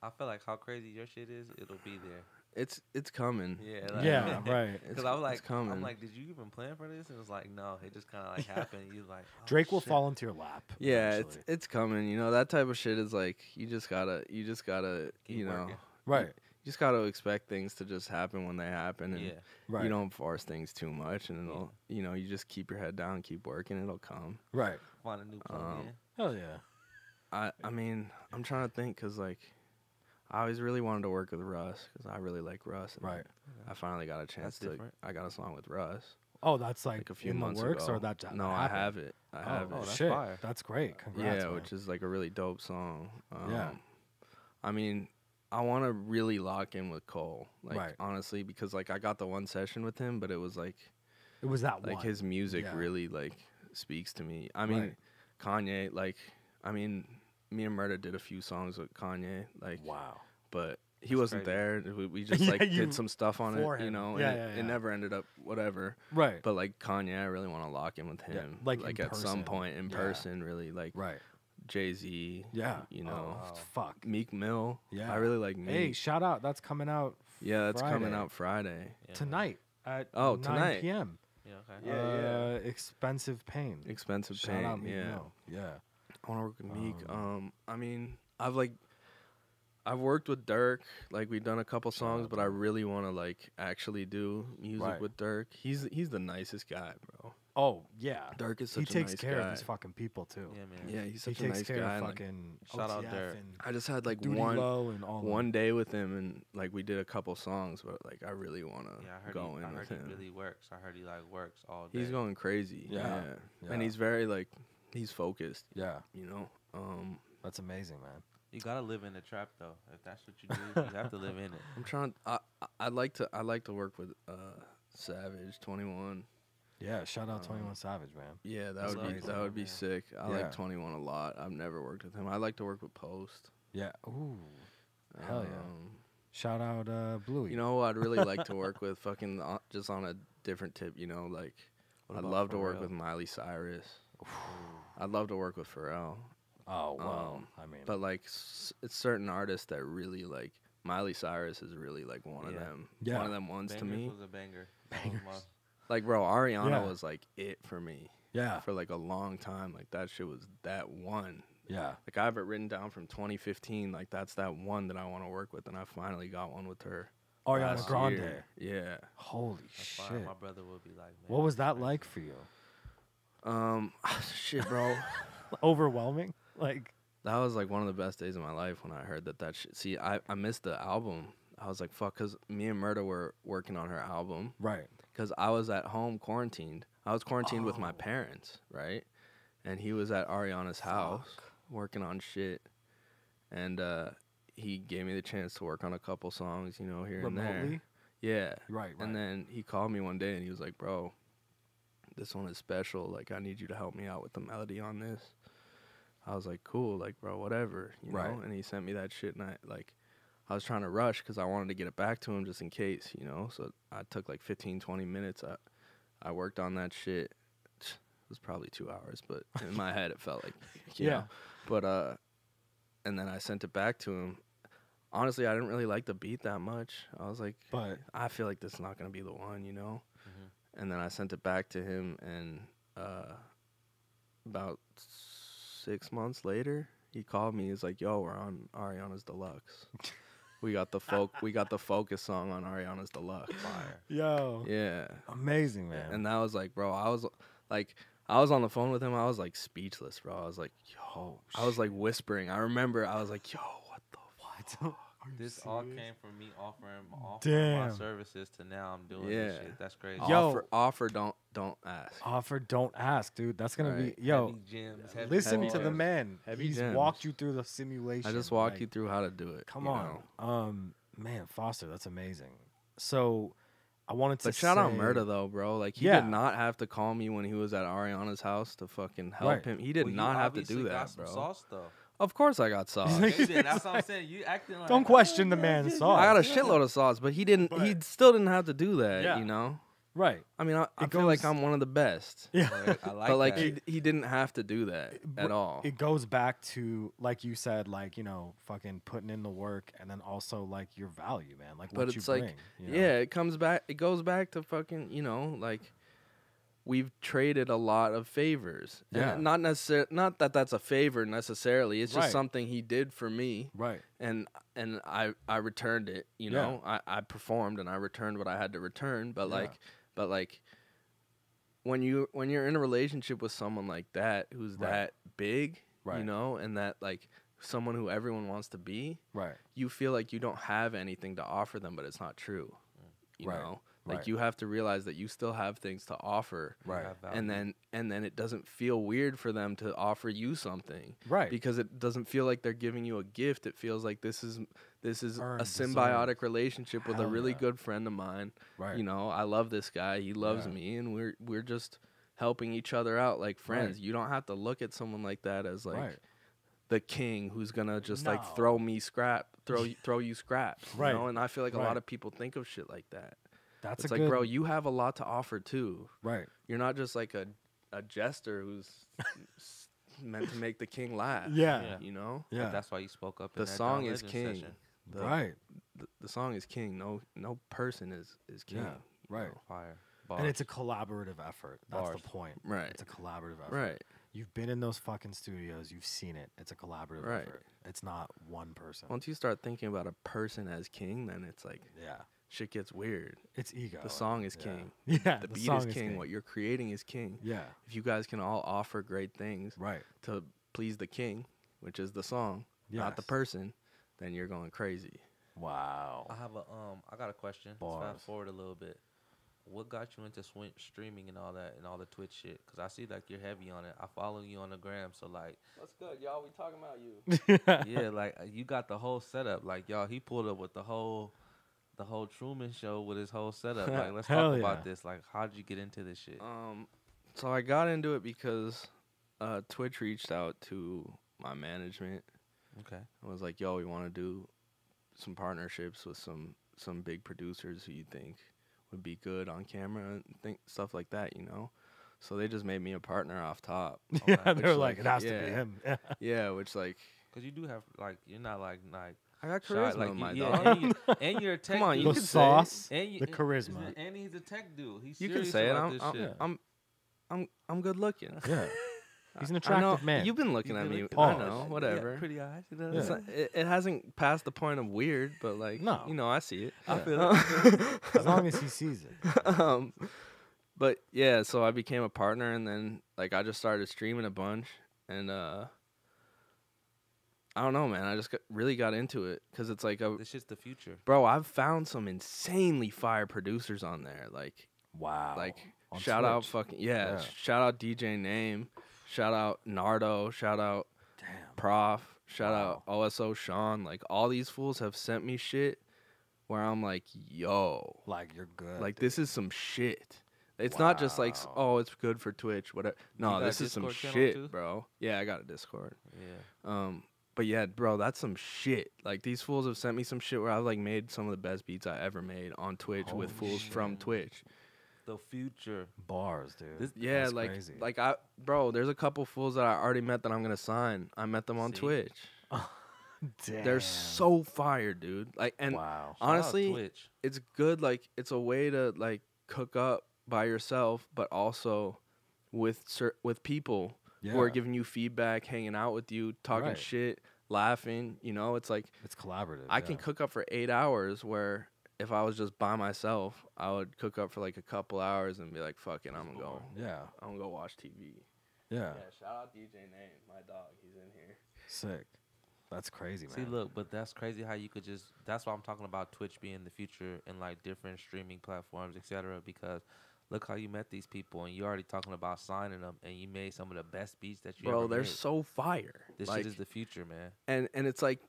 Speaker 5: I feel like how crazy your shit is, it'll be there.
Speaker 4: It's it's coming.
Speaker 5: Yeah. Like,
Speaker 3: Yeah, right.
Speaker 4: Oh,
Speaker 5: Because I was like,
Speaker 4: it's coming.
Speaker 5: I'm like, did you even plan for this? And it's like, no, it just kind of like happened. You like oh,
Speaker 3: Drake will
Speaker 5: shit.
Speaker 3: fall into your lap.
Speaker 4: Yeah, it's
Speaker 3: eventually.
Speaker 4: it's coming. You know that type of shit is like you just gotta you just gotta
Speaker 5: Keep
Speaker 4: you know
Speaker 5: working.
Speaker 3: right,
Speaker 4: you just gotta expect things to just happen when they happen. And
Speaker 5: Yeah.
Speaker 3: right,
Speaker 4: you don't force things too much and it'll you know you just keep your head down keep working it'll come
Speaker 3: right.
Speaker 5: Find a new plug
Speaker 4: Um,
Speaker 5: in.
Speaker 3: Hell yeah.
Speaker 4: i i mean i'm trying to think because like i always really wanted to work with russ because i really like russ and
Speaker 3: Right.
Speaker 4: i finally got a chance to
Speaker 5: different.
Speaker 4: i got a song with russ
Speaker 3: Oh, that's like,
Speaker 4: like a few
Speaker 3: in
Speaker 4: months
Speaker 3: the works
Speaker 4: ago
Speaker 3: or that job.
Speaker 4: no i have it i have
Speaker 3: oh,
Speaker 4: it
Speaker 5: that's
Speaker 3: shit.
Speaker 5: fire.
Speaker 3: That's great.
Speaker 4: yeah
Speaker 3: Congrats. man.
Speaker 4: which is like a really dope song um,
Speaker 3: Yeah.
Speaker 4: i mean I want to really lock in with Cole, like
Speaker 3: Right.
Speaker 4: honestly, because like I got the one session with him, but it was like
Speaker 3: It was that
Speaker 4: like
Speaker 3: one.
Speaker 4: his music
Speaker 3: Yeah.
Speaker 4: really like speaks to me. I mean, Kanye, like I mean, me and Murda did a few songs with Kanye, like
Speaker 3: wow.
Speaker 4: but he
Speaker 5: That's
Speaker 4: wasn't
Speaker 5: crazy.
Speaker 4: there. We, we just
Speaker 3: Yeah,
Speaker 4: like
Speaker 3: you-
Speaker 4: did some stuff on
Speaker 3: for
Speaker 4: it, you
Speaker 3: him.
Speaker 4: know.
Speaker 3: Yeah,
Speaker 4: and it,
Speaker 3: yeah,
Speaker 4: it
Speaker 3: yeah.
Speaker 4: never ended up whatever.
Speaker 3: Right.
Speaker 4: But like Kanye, I really want to lock in with him,
Speaker 3: like, in
Speaker 4: at some
Speaker 3: person.
Speaker 4: point in
Speaker 3: Yeah.
Speaker 4: person, really like
Speaker 3: right.
Speaker 4: Jay Z.
Speaker 3: Yeah.
Speaker 4: you
Speaker 3: Oh,
Speaker 4: know,
Speaker 3: f- fuck.
Speaker 4: Meek Mill.
Speaker 3: Yeah.
Speaker 4: I really like Meek.
Speaker 3: Hey, shout out. That's coming out
Speaker 4: yeah, that's coming
Speaker 3: Friday.
Speaker 4: out Friday.
Speaker 5: Yeah,
Speaker 3: tonight at
Speaker 4: Oh,
Speaker 3: 9
Speaker 4: tonight.
Speaker 3: p.m.
Speaker 5: Yeah, okay.
Speaker 4: Yeah,
Speaker 3: uh, Expensive pain.
Speaker 4: Expensive
Speaker 3: shout
Speaker 4: pain.
Speaker 3: out. Meek
Speaker 4: yeah,
Speaker 3: Mill. Yeah.
Speaker 4: I want to work with Meek. Um, I mean, I've like, I've worked with Dirk. Like we've done a couple songs, but I really want to like actually do music
Speaker 3: Right.
Speaker 4: with Dirk. He's he's the nicest guy, bro.
Speaker 3: Oh yeah.
Speaker 4: Dirk is
Speaker 3: he
Speaker 4: such a
Speaker 3: takes
Speaker 4: nice
Speaker 3: care
Speaker 4: guy.
Speaker 3: of his fucking people too.
Speaker 5: Yeah, man.
Speaker 4: yeah, he's
Speaker 3: he
Speaker 4: such a
Speaker 3: takes
Speaker 4: nice
Speaker 3: care
Speaker 4: guy.
Speaker 3: of
Speaker 4: and, like,
Speaker 3: fucking
Speaker 5: Shout out
Speaker 3: OTF
Speaker 5: Dirk.
Speaker 3: and
Speaker 4: I just had like
Speaker 3: Duty
Speaker 4: one
Speaker 3: Low and all.
Speaker 4: one day with him, and like we did a couple songs, but like I really want to
Speaker 5: Yeah, I heard,
Speaker 4: go
Speaker 5: he,
Speaker 4: in
Speaker 5: I heard
Speaker 4: with
Speaker 5: he
Speaker 4: him.
Speaker 5: really works. I heard he like works all day.
Speaker 4: he's going crazy. Yeah.
Speaker 3: Yeah, yeah.
Speaker 4: and he's very like he's focused.
Speaker 3: Yeah,
Speaker 4: You know. Um,
Speaker 3: that's amazing, man.
Speaker 5: You gotta live in the trap though. If that's what you do, you have to live in it.
Speaker 4: I'm trying. I I- I'd like to. I like to work with uh Savage Twenty One.
Speaker 3: Yeah, shout out Twenty
Speaker 4: Um,
Speaker 3: One Savage, man.
Speaker 4: Yeah, that
Speaker 5: That's
Speaker 4: would be
Speaker 5: amazing.
Speaker 4: that would be
Speaker 5: Yeah.
Speaker 4: sick. I
Speaker 3: Yeah.
Speaker 4: like Twenty One a lot. I've never worked with him. I like to work with Post.
Speaker 3: Yeah. Ooh. Hell yeah.
Speaker 4: Um,
Speaker 3: Shout out uh, Bluey.
Speaker 4: You know, who I'd really like to work with fucking uh, just on a different tip. You know, like
Speaker 5: What
Speaker 4: I'd
Speaker 5: about
Speaker 4: love to work
Speaker 5: Pharrell?
Speaker 4: with Miley Cyrus. I'd love to work with Pharrell.
Speaker 3: Oh wow.
Speaker 4: um,
Speaker 3: I mean,
Speaker 4: But like, s- it's certain artists that really like Miley Cyrus is really like one of
Speaker 5: Yeah.
Speaker 4: them.
Speaker 3: Yeah.
Speaker 4: One of them ones to
Speaker 5: Bangers
Speaker 4: me.
Speaker 5: was a banger.
Speaker 3: Bangers.
Speaker 4: Like, bro, Ariana
Speaker 3: Yeah.
Speaker 4: was like it for me.
Speaker 3: yeah,
Speaker 4: for like a long time. Like that shit was that one.
Speaker 3: yeah,
Speaker 4: Like I have it written down from 2015. Like that's that one that I want to work with, and I finally got one with her.
Speaker 3: Ariana
Speaker 4: last
Speaker 3: Grande.
Speaker 4: year. Yeah.
Speaker 3: Holy
Speaker 5: That's
Speaker 3: shit.
Speaker 5: why my brother would be like, man,
Speaker 3: What was
Speaker 5: that's
Speaker 3: that
Speaker 5: crazy."
Speaker 3: like for you?
Speaker 4: Um. shit, bro.
Speaker 3: Overwhelming. Like
Speaker 4: that was like one of the best days of my life when I heard that. That shit. See, I I missed the album. I was like, fuck, cause me and Murda were working on her album.
Speaker 3: right.
Speaker 4: because I was at home quarantined. I was quarantined with my parents, right? And he was at Ariana's house working on shit, and uh, he gave me the chance to work on a couple songs, you know, here and
Speaker 3: Remotely?
Speaker 4: there. Yeah,
Speaker 3: Right, right.
Speaker 4: And then he called me one day and he was like, "Bro, this one is special. Like, I need you to help me out with the melody on this." I was like, "Cool, like, bro, whatever." You
Speaker 3: Right.
Speaker 4: Know? And he sent me that shit, and I like, I was trying to rush because I wanted to get it back to him just in case, you know. So I took like 15, 20 minutes. I, I worked on that shit. It was probably two hours, but in my head it felt like, you
Speaker 3: Yeah.
Speaker 4: know. But uh, and then I sent it back to him. Honestly, I didn't really like the beat that much. I was like,
Speaker 3: But
Speaker 4: I feel like this is not gonna be the one, you know.
Speaker 3: Mm-hmm.
Speaker 4: And then I sent it back to him, and uh, about six months later, he called me. He's like, "Yo, we're on Ariana's Deluxe. we got the folk. We got the focus song on Ariana's Deluxe.
Speaker 5: Fire.
Speaker 3: yo,
Speaker 4: Yeah."
Speaker 3: amazing, man.
Speaker 4: And that was like, bro, I was like, I was on the phone with him. I was like speechless, bro. I was like,
Speaker 3: Oh,
Speaker 4: yo, I was like whispering. I remember, I was like, yo, what the
Speaker 3: what?
Speaker 5: This all came from me offering, my- offering my
Speaker 3: Damn.
Speaker 5: services to now I'm doing this
Speaker 4: Yeah.
Speaker 5: shit. That's crazy.
Speaker 4: fuck?
Speaker 3: Yo.
Speaker 4: offer, offer, don't, don't ask.
Speaker 3: Offer, don't ask, dude. That's gonna
Speaker 4: Right.
Speaker 3: be yo.
Speaker 5: Heavy gyms, heavy
Speaker 3: Listen
Speaker 4: Heavy
Speaker 3: to the
Speaker 4: gems.
Speaker 5: bars.
Speaker 3: man.
Speaker 4: Heavy
Speaker 3: He's
Speaker 4: gems.
Speaker 3: walked you through the simulation.
Speaker 4: I just walked
Speaker 3: like,
Speaker 4: you through how to do it.
Speaker 3: Come
Speaker 4: you
Speaker 3: on,
Speaker 4: know?
Speaker 3: um, man, Foster, that's amazing. So, I wanted to
Speaker 4: But shout out
Speaker 3: say-
Speaker 4: Murda though, bro. Like he
Speaker 3: Yeah.
Speaker 4: did not have to call me when he was at Ariana's house to fucking help
Speaker 3: Right.
Speaker 4: him. He did
Speaker 5: Well, you
Speaker 4: not have to
Speaker 5: obviously
Speaker 4: do
Speaker 5: got
Speaker 4: that,
Speaker 5: some
Speaker 4: bro.
Speaker 5: Sauce though.
Speaker 4: Of course I got sauce.
Speaker 3: like-
Speaker 5: You did, That's what I'm saying. You acting like
Speaker 3: Don't question the man's sauce.
Speaker 4: I got a shitload of sauce, but he didn't. he still didn't have to do that.
Speaker 3: Yeah.
Speaker 4: You know.
Speaker 3: right.
Speaker 4: I mean, I, I
Speaker 3: It
Speaker 4: feel like
Speaker 3: goes-
Speaker 4: I'm one of the best.
Speaker 3: Yeah.
Speaker 5: Like, I like
Speaker 4: but like
Speaker 5: that.
Speaker 4: he, he didn't have to do that at
Speaker 3: Br-
Speaker 4: all.
Speaker 3: It goes back to like you said, like you know, fucking putting in the work, and then also like your value, man. Like what
Speaker 4: but
Speaker 3: you
Speaker 4: it's like
Speaker 3: bring. you know?
Speaker 4: yeah it comes back it goes back to fucking you know like we've traded a lot of favors And
Speaker 3: Yeah.
Speaker 4: not necessarily not that that's a favor necessarily it's just
Speaker 3: Right.
Speaker 4: something he did for me
Speaker 3: Right.
Speaker 4: and and i i returned it you
Speaker 3: Yeah.
Speaker 4: know I, I performed and i returned what i had to return but
Speaker 3: Yeah.
Speaker 4: like but like when you when you're in a relationship with someone like that who's
Speaker 3: Right.
Speaker 4: that big you
Speaker 3: Right.
Speaker 4: know and that like someone who everyone wants to be
Speaker 3: Right.
Speaker 4: you feel like you don't have anything to offer them, but it's not true. You
Speaker 3: Right.
Speaker 4: know, Like
Speaker 3: Right.
Speaker 4: you have to realize that you still have things to offer.
Speaker 3: Right.
Speaker 5: Have value.
Speaker 4: And then and then it doesn't feel weird for them to offer you something.
Speaker 3: Right.
Speaker 4: Because it doesn't feel like they're giving you a gift. It feels like this is this is
Speaker 3: Earned,
Speaker 4: a
Speaker 3: it's earned.
Speaker 4: symbiotic relationship with a
Speaker 3: Hell
Speaker 4: really
Speaker 3: yeah.
Speaker 4: good friend of mine.
Speaker 3: Right.
Speaker 4: You know, I love this guy. He loves
Speaker 3: Yeah.
Speaker 4: me and we're we're just helping each other out like friends. You don't have to look at someone like that as like
Speaker 3: Right.
Speaker 4: the king who's gonna just like
Speaker 3: No.
Speaker 4: throw me scrap, throw you, throw you scrap,
Speaker 3: Right.
Speaker 4: You know? And I feel like a lot
Speaker 3: Right.
Speaker 4: of people think of shit like that.
Speaker 3: That's
Speaker 4: it's
Speaker 3: a
Speaker 4: like,
Speaker 3: good,
Speaker 4: bro, you have a lot to offer too.
Speaker 3: right.
Speaker 4: You're not just like a a jester who's s- meant to make the king laugh.
Speaker 3: Yeah.
Speaker 5: Yeah.
Speaker 4: you know.
Speaker 5: But
Speaker 3: Yeah.
Speaker 5: that's why you spoke up.
Speaker 4: The
Speaker 5: in that
Speaker 4: song
Speaker 5: John
Speaker 4: is
Speaker 5: Legend
Speaker 4: king.
Speaker 5: session.
Speaker 4: The,
Speaker 3: right.
Speaker 4: The, the song is king. No, no person is is king.
Speaker 3: Yeah. Right.
Speaker 5: Fire.
Speaker 4: uh,
Speaker 3: And it's
Speaker 5: Bars.
Speaker 3: a collaborative effort. That's
Speaker 5: Bars.
Speaker 3: the point.
Speaker 4: Right.
Speaker 3: It's a collaborative effort.
Speaker 4: Right.
Speaker 3: You've been in those fucking studios. You've seen it. It's a collaborative
Speaker 4: Right.
Speaker 3: effort. It's not one person.
Speaker 4: Once you start thinking about a person as king, then it's like
Speaker 3: yeah.
Speaker 4: shit gets weird.
Speaker 3: It's ego.
Speaker 4: The song is
Speaker 3: Oh, Yeah.
Speaker 4: king.
Speaker 3: Yeah.
Speaker 4: The, beat
Speaker 3: song
Speaker 4: is king. What you're creating is king.
Speaker 3: Yeah.
Speaker 4: If you guys can all offer great things
Speaker 3: Right.
Speaker 4: to please the king, which is the song, not the
Speaker 3: Yes.
Speaker 4: person, then you're going crazy.
Speaker 3: Wow.
Speaker 4: Uh,
Speaker 5: I have a um. I got a question. Let's
Speaker 3: Bars.
Speaker 5: fast forward a little bit. What got you into swin- streaming and all that and all the Twitch shit? Cause I see like you're heavy on it. I follow you on the gram, so like,
Speaker 4: What's good, y'all? We talking about you.
Speaker 5: yeah, like uh, you got the whole setup. Like y'all, he pulled up with the whole, the whole Truman Show with his whole setup. Like let's
Speaker 3: Hell yeah.
Speaker 5: talk about this. Like how'd you get into this shit?
Speaker 4: Um, so I got into it because uh, Twitch reached out to my management
Speaker 5: Okay.
Speaker 4: and was like, "Yo, we want to do some partnerships with some some big producers who you think would be good on camera and think stuff like that, you know." So they just made me a partner off top.
Speaker 3: yeah.
Speaker 5: Alright,
Speaker 4: which,
Speaker 3: They're like,
Speaker 4: like,
Speaker 3: it has to
Speaker 4: yeah.
Speaker 3: be him. Yeah.
Speaker 4: yeah, which like
Speaker 5: Cause you do have like you're not like like
Speaker 4: I got
Speaker 5: shy,
Speaker 4: charisma,
Speaker 5: like
Speaker 4: in
Speaker 5: you-
Speaker 4: my
Speaker 5: yeah,
Speaker 4: dog.
Speaker 5: and, you, and you're a tech.
Speaker 4: on,
Speaker 5: dude.
Speaker 4: you
Speaker 3: the
Speaker 4: can say-
Speaker 3: sauce.
Speaker 5: And you,
Speaker 3: the
Speaker 5: and-
Speaker 3: charisma.
Speaker 5: And he's a tech dude. He's
Speaker 4: You can
Speaker 5: serious
Speaker 4: say it.
Speaker 5: about
Speaker 4: I'm
Speaker 5: this
Speaker 4: I'm,
Speaker 5: shit.
Speaker 3: shit.
Speaker 4: I'm I'm I'm good looking.
Speaker 3: Yeah. He's an
Speaker 4: I know-
Speaker 3: attractive man.
Speaker 4: You've been looking
Speaker 5: You
Speaker 4: at
Speaker 5: good
Speaker 4: me.
Speaker 5: looking.
Speaker 4: I
Speaker 3: Pause.
Speaker 4: know,
Speaker 5: Yeah,
Speaker 4: whatever.
Speaker 5: pretty eyes. You know
Speaker 4: It's
Speaker 5: what
Speaker 3: Yeah.
Speaker 4: not-
Speaker 5: I'm
Speaker 4: it, it hasn't passed the point of weird, but like,
Speaker 3: No.
Speaker 4: you know, I see it.
Speaker 5: I
Speaker 3: Yeah.
Speaker 5: feel it.
Speaker 3: as long as he sees it.
Speaker 4: um, but yeah, so I became a partner, and then like I just started streaming a bunch, and uh, I don't know, man. I just got, really got into it because it's like, a,
Speaker 5: This shit's the future.
Speaker 4: bro, I've found some insanely fire producers on there. Like,
Speaker 3: Wow.
Speaker 4: like
Speaker 3: On
Speaker 4: shout out,
Speaker 3: Twitch.
Speaker 4: fucking yeah,
Speaker 3: Yeah.
Speaker 4: shout out DJ Name, shout out Nardo, shout out
Speaker 3: Damn.
Speaker 4: Prof. Shout out OSO Sean. Like all these fools have sent me shit where I'm like, yo,
Speaker 3: Like you're good.
Speaker 4: like this is some shit. It's not just like, s-
Speaker 3: Wow.
Speaker 4: oh, it's good for Twitch. Whatever. No,
Speaker 5: got a
Speaker 4: this is some
Speaker 5: Discord channel
Speaker 4: shit,
Speaker 5: too?
Speaker 4: bro. Yeah, I got a Discord.
Speaker 5: Yeah.
Speaker 4: Um, but yeah, bro, that's some shit. Like these fools have sent me some shit where I've like made some of the best beats I ever made on Twitch with
Speaker 3: Holy
Speaker 4: fools from
Speaker 5: shit.
Speaker 4: Twitch.
Speaker 5: The future.
Speaker 3: bars, dude.
Speaker 5: This-
Speaker 4: Yeah,
Speaker 3: That's
Speaker 4: like
Speaker 3: crazy.
Speaker 4: like I, bro, there's a couple fools that I already met that I'm gonna sign. I met them on
Speaker 5: See?
Speaker 4: Twitch.
Speaker 3: Damn.
Speaker 4: They're so fire, dude. Like and
Speaker 3: wow.
Speaker 5: Shout out
Speaker 4: honestly,
Speaker 5: Twitch.
Speaker 4: it's good. Like it's a way to like cook up by yourself, but also with cer- with people who are
Speaker 3: Yeah.
Speaker 4: giving you feedback, hanging out with you, talking
Speaker 3: Right.
Speaker 4: shit, laughing. You know, it's like
Speaker 3: It's collaborative.
Speaker 4: I can
Speaker 3: yeah.
Speaker 4: cook up for eight hours. Where if I was just by myself, I would cook up for like a couple hours and be like, "Fucking, I'm gonna go.
Speaker 3: Yeah.
Speaker 4: I'm gonna go watch TV."
Speaker 3: Yeah.
Speaker 4: shout out DJ Name, my dog. He's in here.
Speaker 3: Sick. That's crazy, man.
Speaker 5: See, look, but that's crazy how you could just. That's why I'm talking about Twitch being the future and like different streaming platforms, etc. Because look how you met these people, and you're already talking about signing them, and you made some of the best beats that you
Speaker 4: Bro,
Speaker 5: ever
Speaker 4: they're
Speaker 5: made.
Speaker 4: so fire.
Speaker 5: This
Speaker 4: Like,
Speaker 5: shit is the future, man.
Speaker 4: and and it's like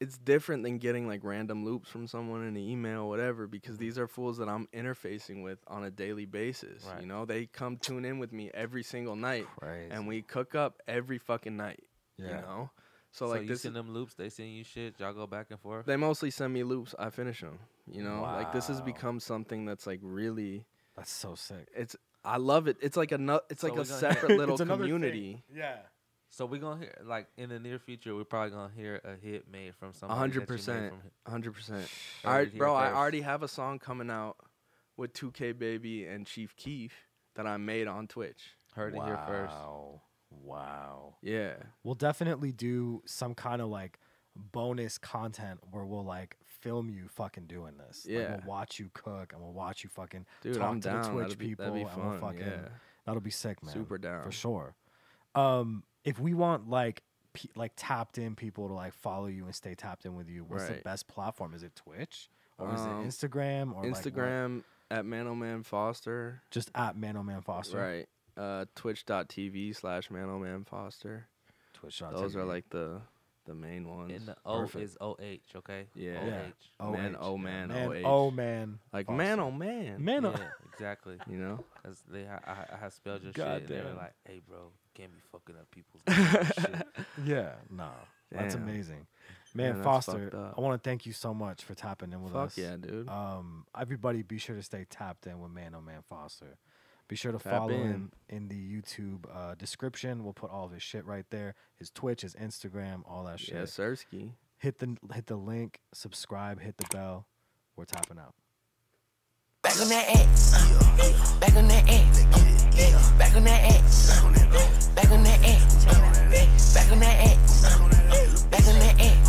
Speaker 4: it's different than getting like random loops from someone in an email whatever because these are fools that I'm interfacing with on a daily basis.
Speaker 5: Right.
Speaker 4: You know, they come tune in with me every single night
Speaker 3: Crazy.
Speaker 4: and we cook up every fucking night, you
Speaker 3: Yeah.
Speaker 4: know? So
Speaker 5: So,
Speaker 4: like
Speaker 5: you
Speaker 4: this
Speaker 5: send them loops, they send you shit. Y'all go back and forth.
Speaker 4: they mostly send me loops, I finish them, you know? Like this has
Speaker 3: Wow.
Speaker 4: become something that's like really
Speaker 3: That's so sick.
Speaker 4: it's I love it. It's like another it's
Speaker 5: So
Speaker 4: like
Speaker 5: we're
Speaker 4: a
Speaker 5: gonna-
Speaker 4: separate little
Speaker 3: It's another thing.
Speaker 4: community.
Speaker 3: Yeah.
Speaker 5: So we're gonna hear like in the near future, we're probably gonna hear a hit made from
Speaker 4: A
Speaker 5: somebody.
Speaker 4: hundred
Speaker 5: that you made
Speaker 4: percent,
Speaker 5: from-
Speaker 4: a hundred percent.
Speaker 5: Heard
Speaker 4: I
Speaker 5: it here
Speaker 4: bro, I
Speaker 5: first.
Speaker 4: already have a song coming out with 2K Baby and Chief Keef that I made on Twitch.
Speaker 5: Heard it here first.
Speaker 3: Wow. Wow.
Speaker 4: Yeah,
Speaker 3: We'll definitely do some kind of like bonus content where we'll like film you fucking doing this. Like,
Speaker 4: Yeah.
Speaker 3: we'll watch you cook and we'll watch you fucking
Speaker 4: dude,
Speaker 3: talk
Speaker 4: I'm
Speaker 3: to
Speaker 4: down.
Speaker 3: the Twitch
Speaker 4: that'd be,
Speaker 3: people
Speaker 4: that'd be
Speaker 3: and
Speaker 4: fun.
Speaker 3: we'll fucking
Speaker 4: yeah,
Speaker 3: That'll be sick, man.
Speaker 4: super
Speaker 3: for
Speaker 4: down.
Speaker 3: sure. Um, if we want like pe- like tapped in people to like follow you and stay tapped in with you, what's the
Speaker 4: Right.
Speaker 3: best platform? Is it Twitch or
Speaker 4: Um,
Speaker 3: is it Instagram or like, what-
Speaker 4: Instagram at Man O Man Foster.
Speaker 3: Just at Man O Man Foster.
Speaker 4: Right. Uh, Twitch.tv slash Man O Man Foster.
Speaker 3: Twitch. dot
Speaker 4: Those are
Speaker 3: TV.
Speaker 4: like the the main ones.
Speaker 5: And the O
Speaker 3: Perfect.
Speaker 5: is O H, okay?
Speaker 4: Yeah.
Speaker 5: O
Speaker 3: Yeah.
Speaker 5: H.
Speaker 3: OH.
Speaker 4: man, oh man,
Speaker 3: man.
Speaker 4: oh
Speaker 3: Oh man.
Speaker 4: like
Speaker 3: Foster.
Speaker 4: man, oh man,
Speaker 3: Man.
Speaker 5: Yeah, exactly.
Speaker 4: You know,
Speaker 5: 'Cause they, ha- I, I had spelled your shit, and they
Speaker 3: Goddamn.
Speaker 5: were like, "Hey, bro, can't be fucking up people's names and shit."
Speaker 3: Yeah. No. That's
Speaker 4: Damn.
Speaker 3: amazing. Man,
Speaker 4: Man, that's fucked
Speaker 3: Foster,
Speaker 4: up.
Speaker 3: I want to thank you so much for tapping in with
Speaker 4: fuck
Speaker 3: us.
Speaker 4: yeah, dude.
Speaker 3: Um, everybody, be sure to stay tapped in with Man Oh Man Foster. Be sure to
Speaker 4: Tap
Speaker 3: follow
Speaker 4: in.
Speaker 3: him in the YouTube uh, description. We'll put all of his shit right there. His Twitch, his Instagram, all that shit.
Speaker 4: yeah, Sersky.
Speaker 3: Hit the hit the link, subscribe, hit the bell. We're tapping out.
Speaker 2: Back on that X. Back on that X. Back on that X. Back on that X. Back on that X. Back on that X.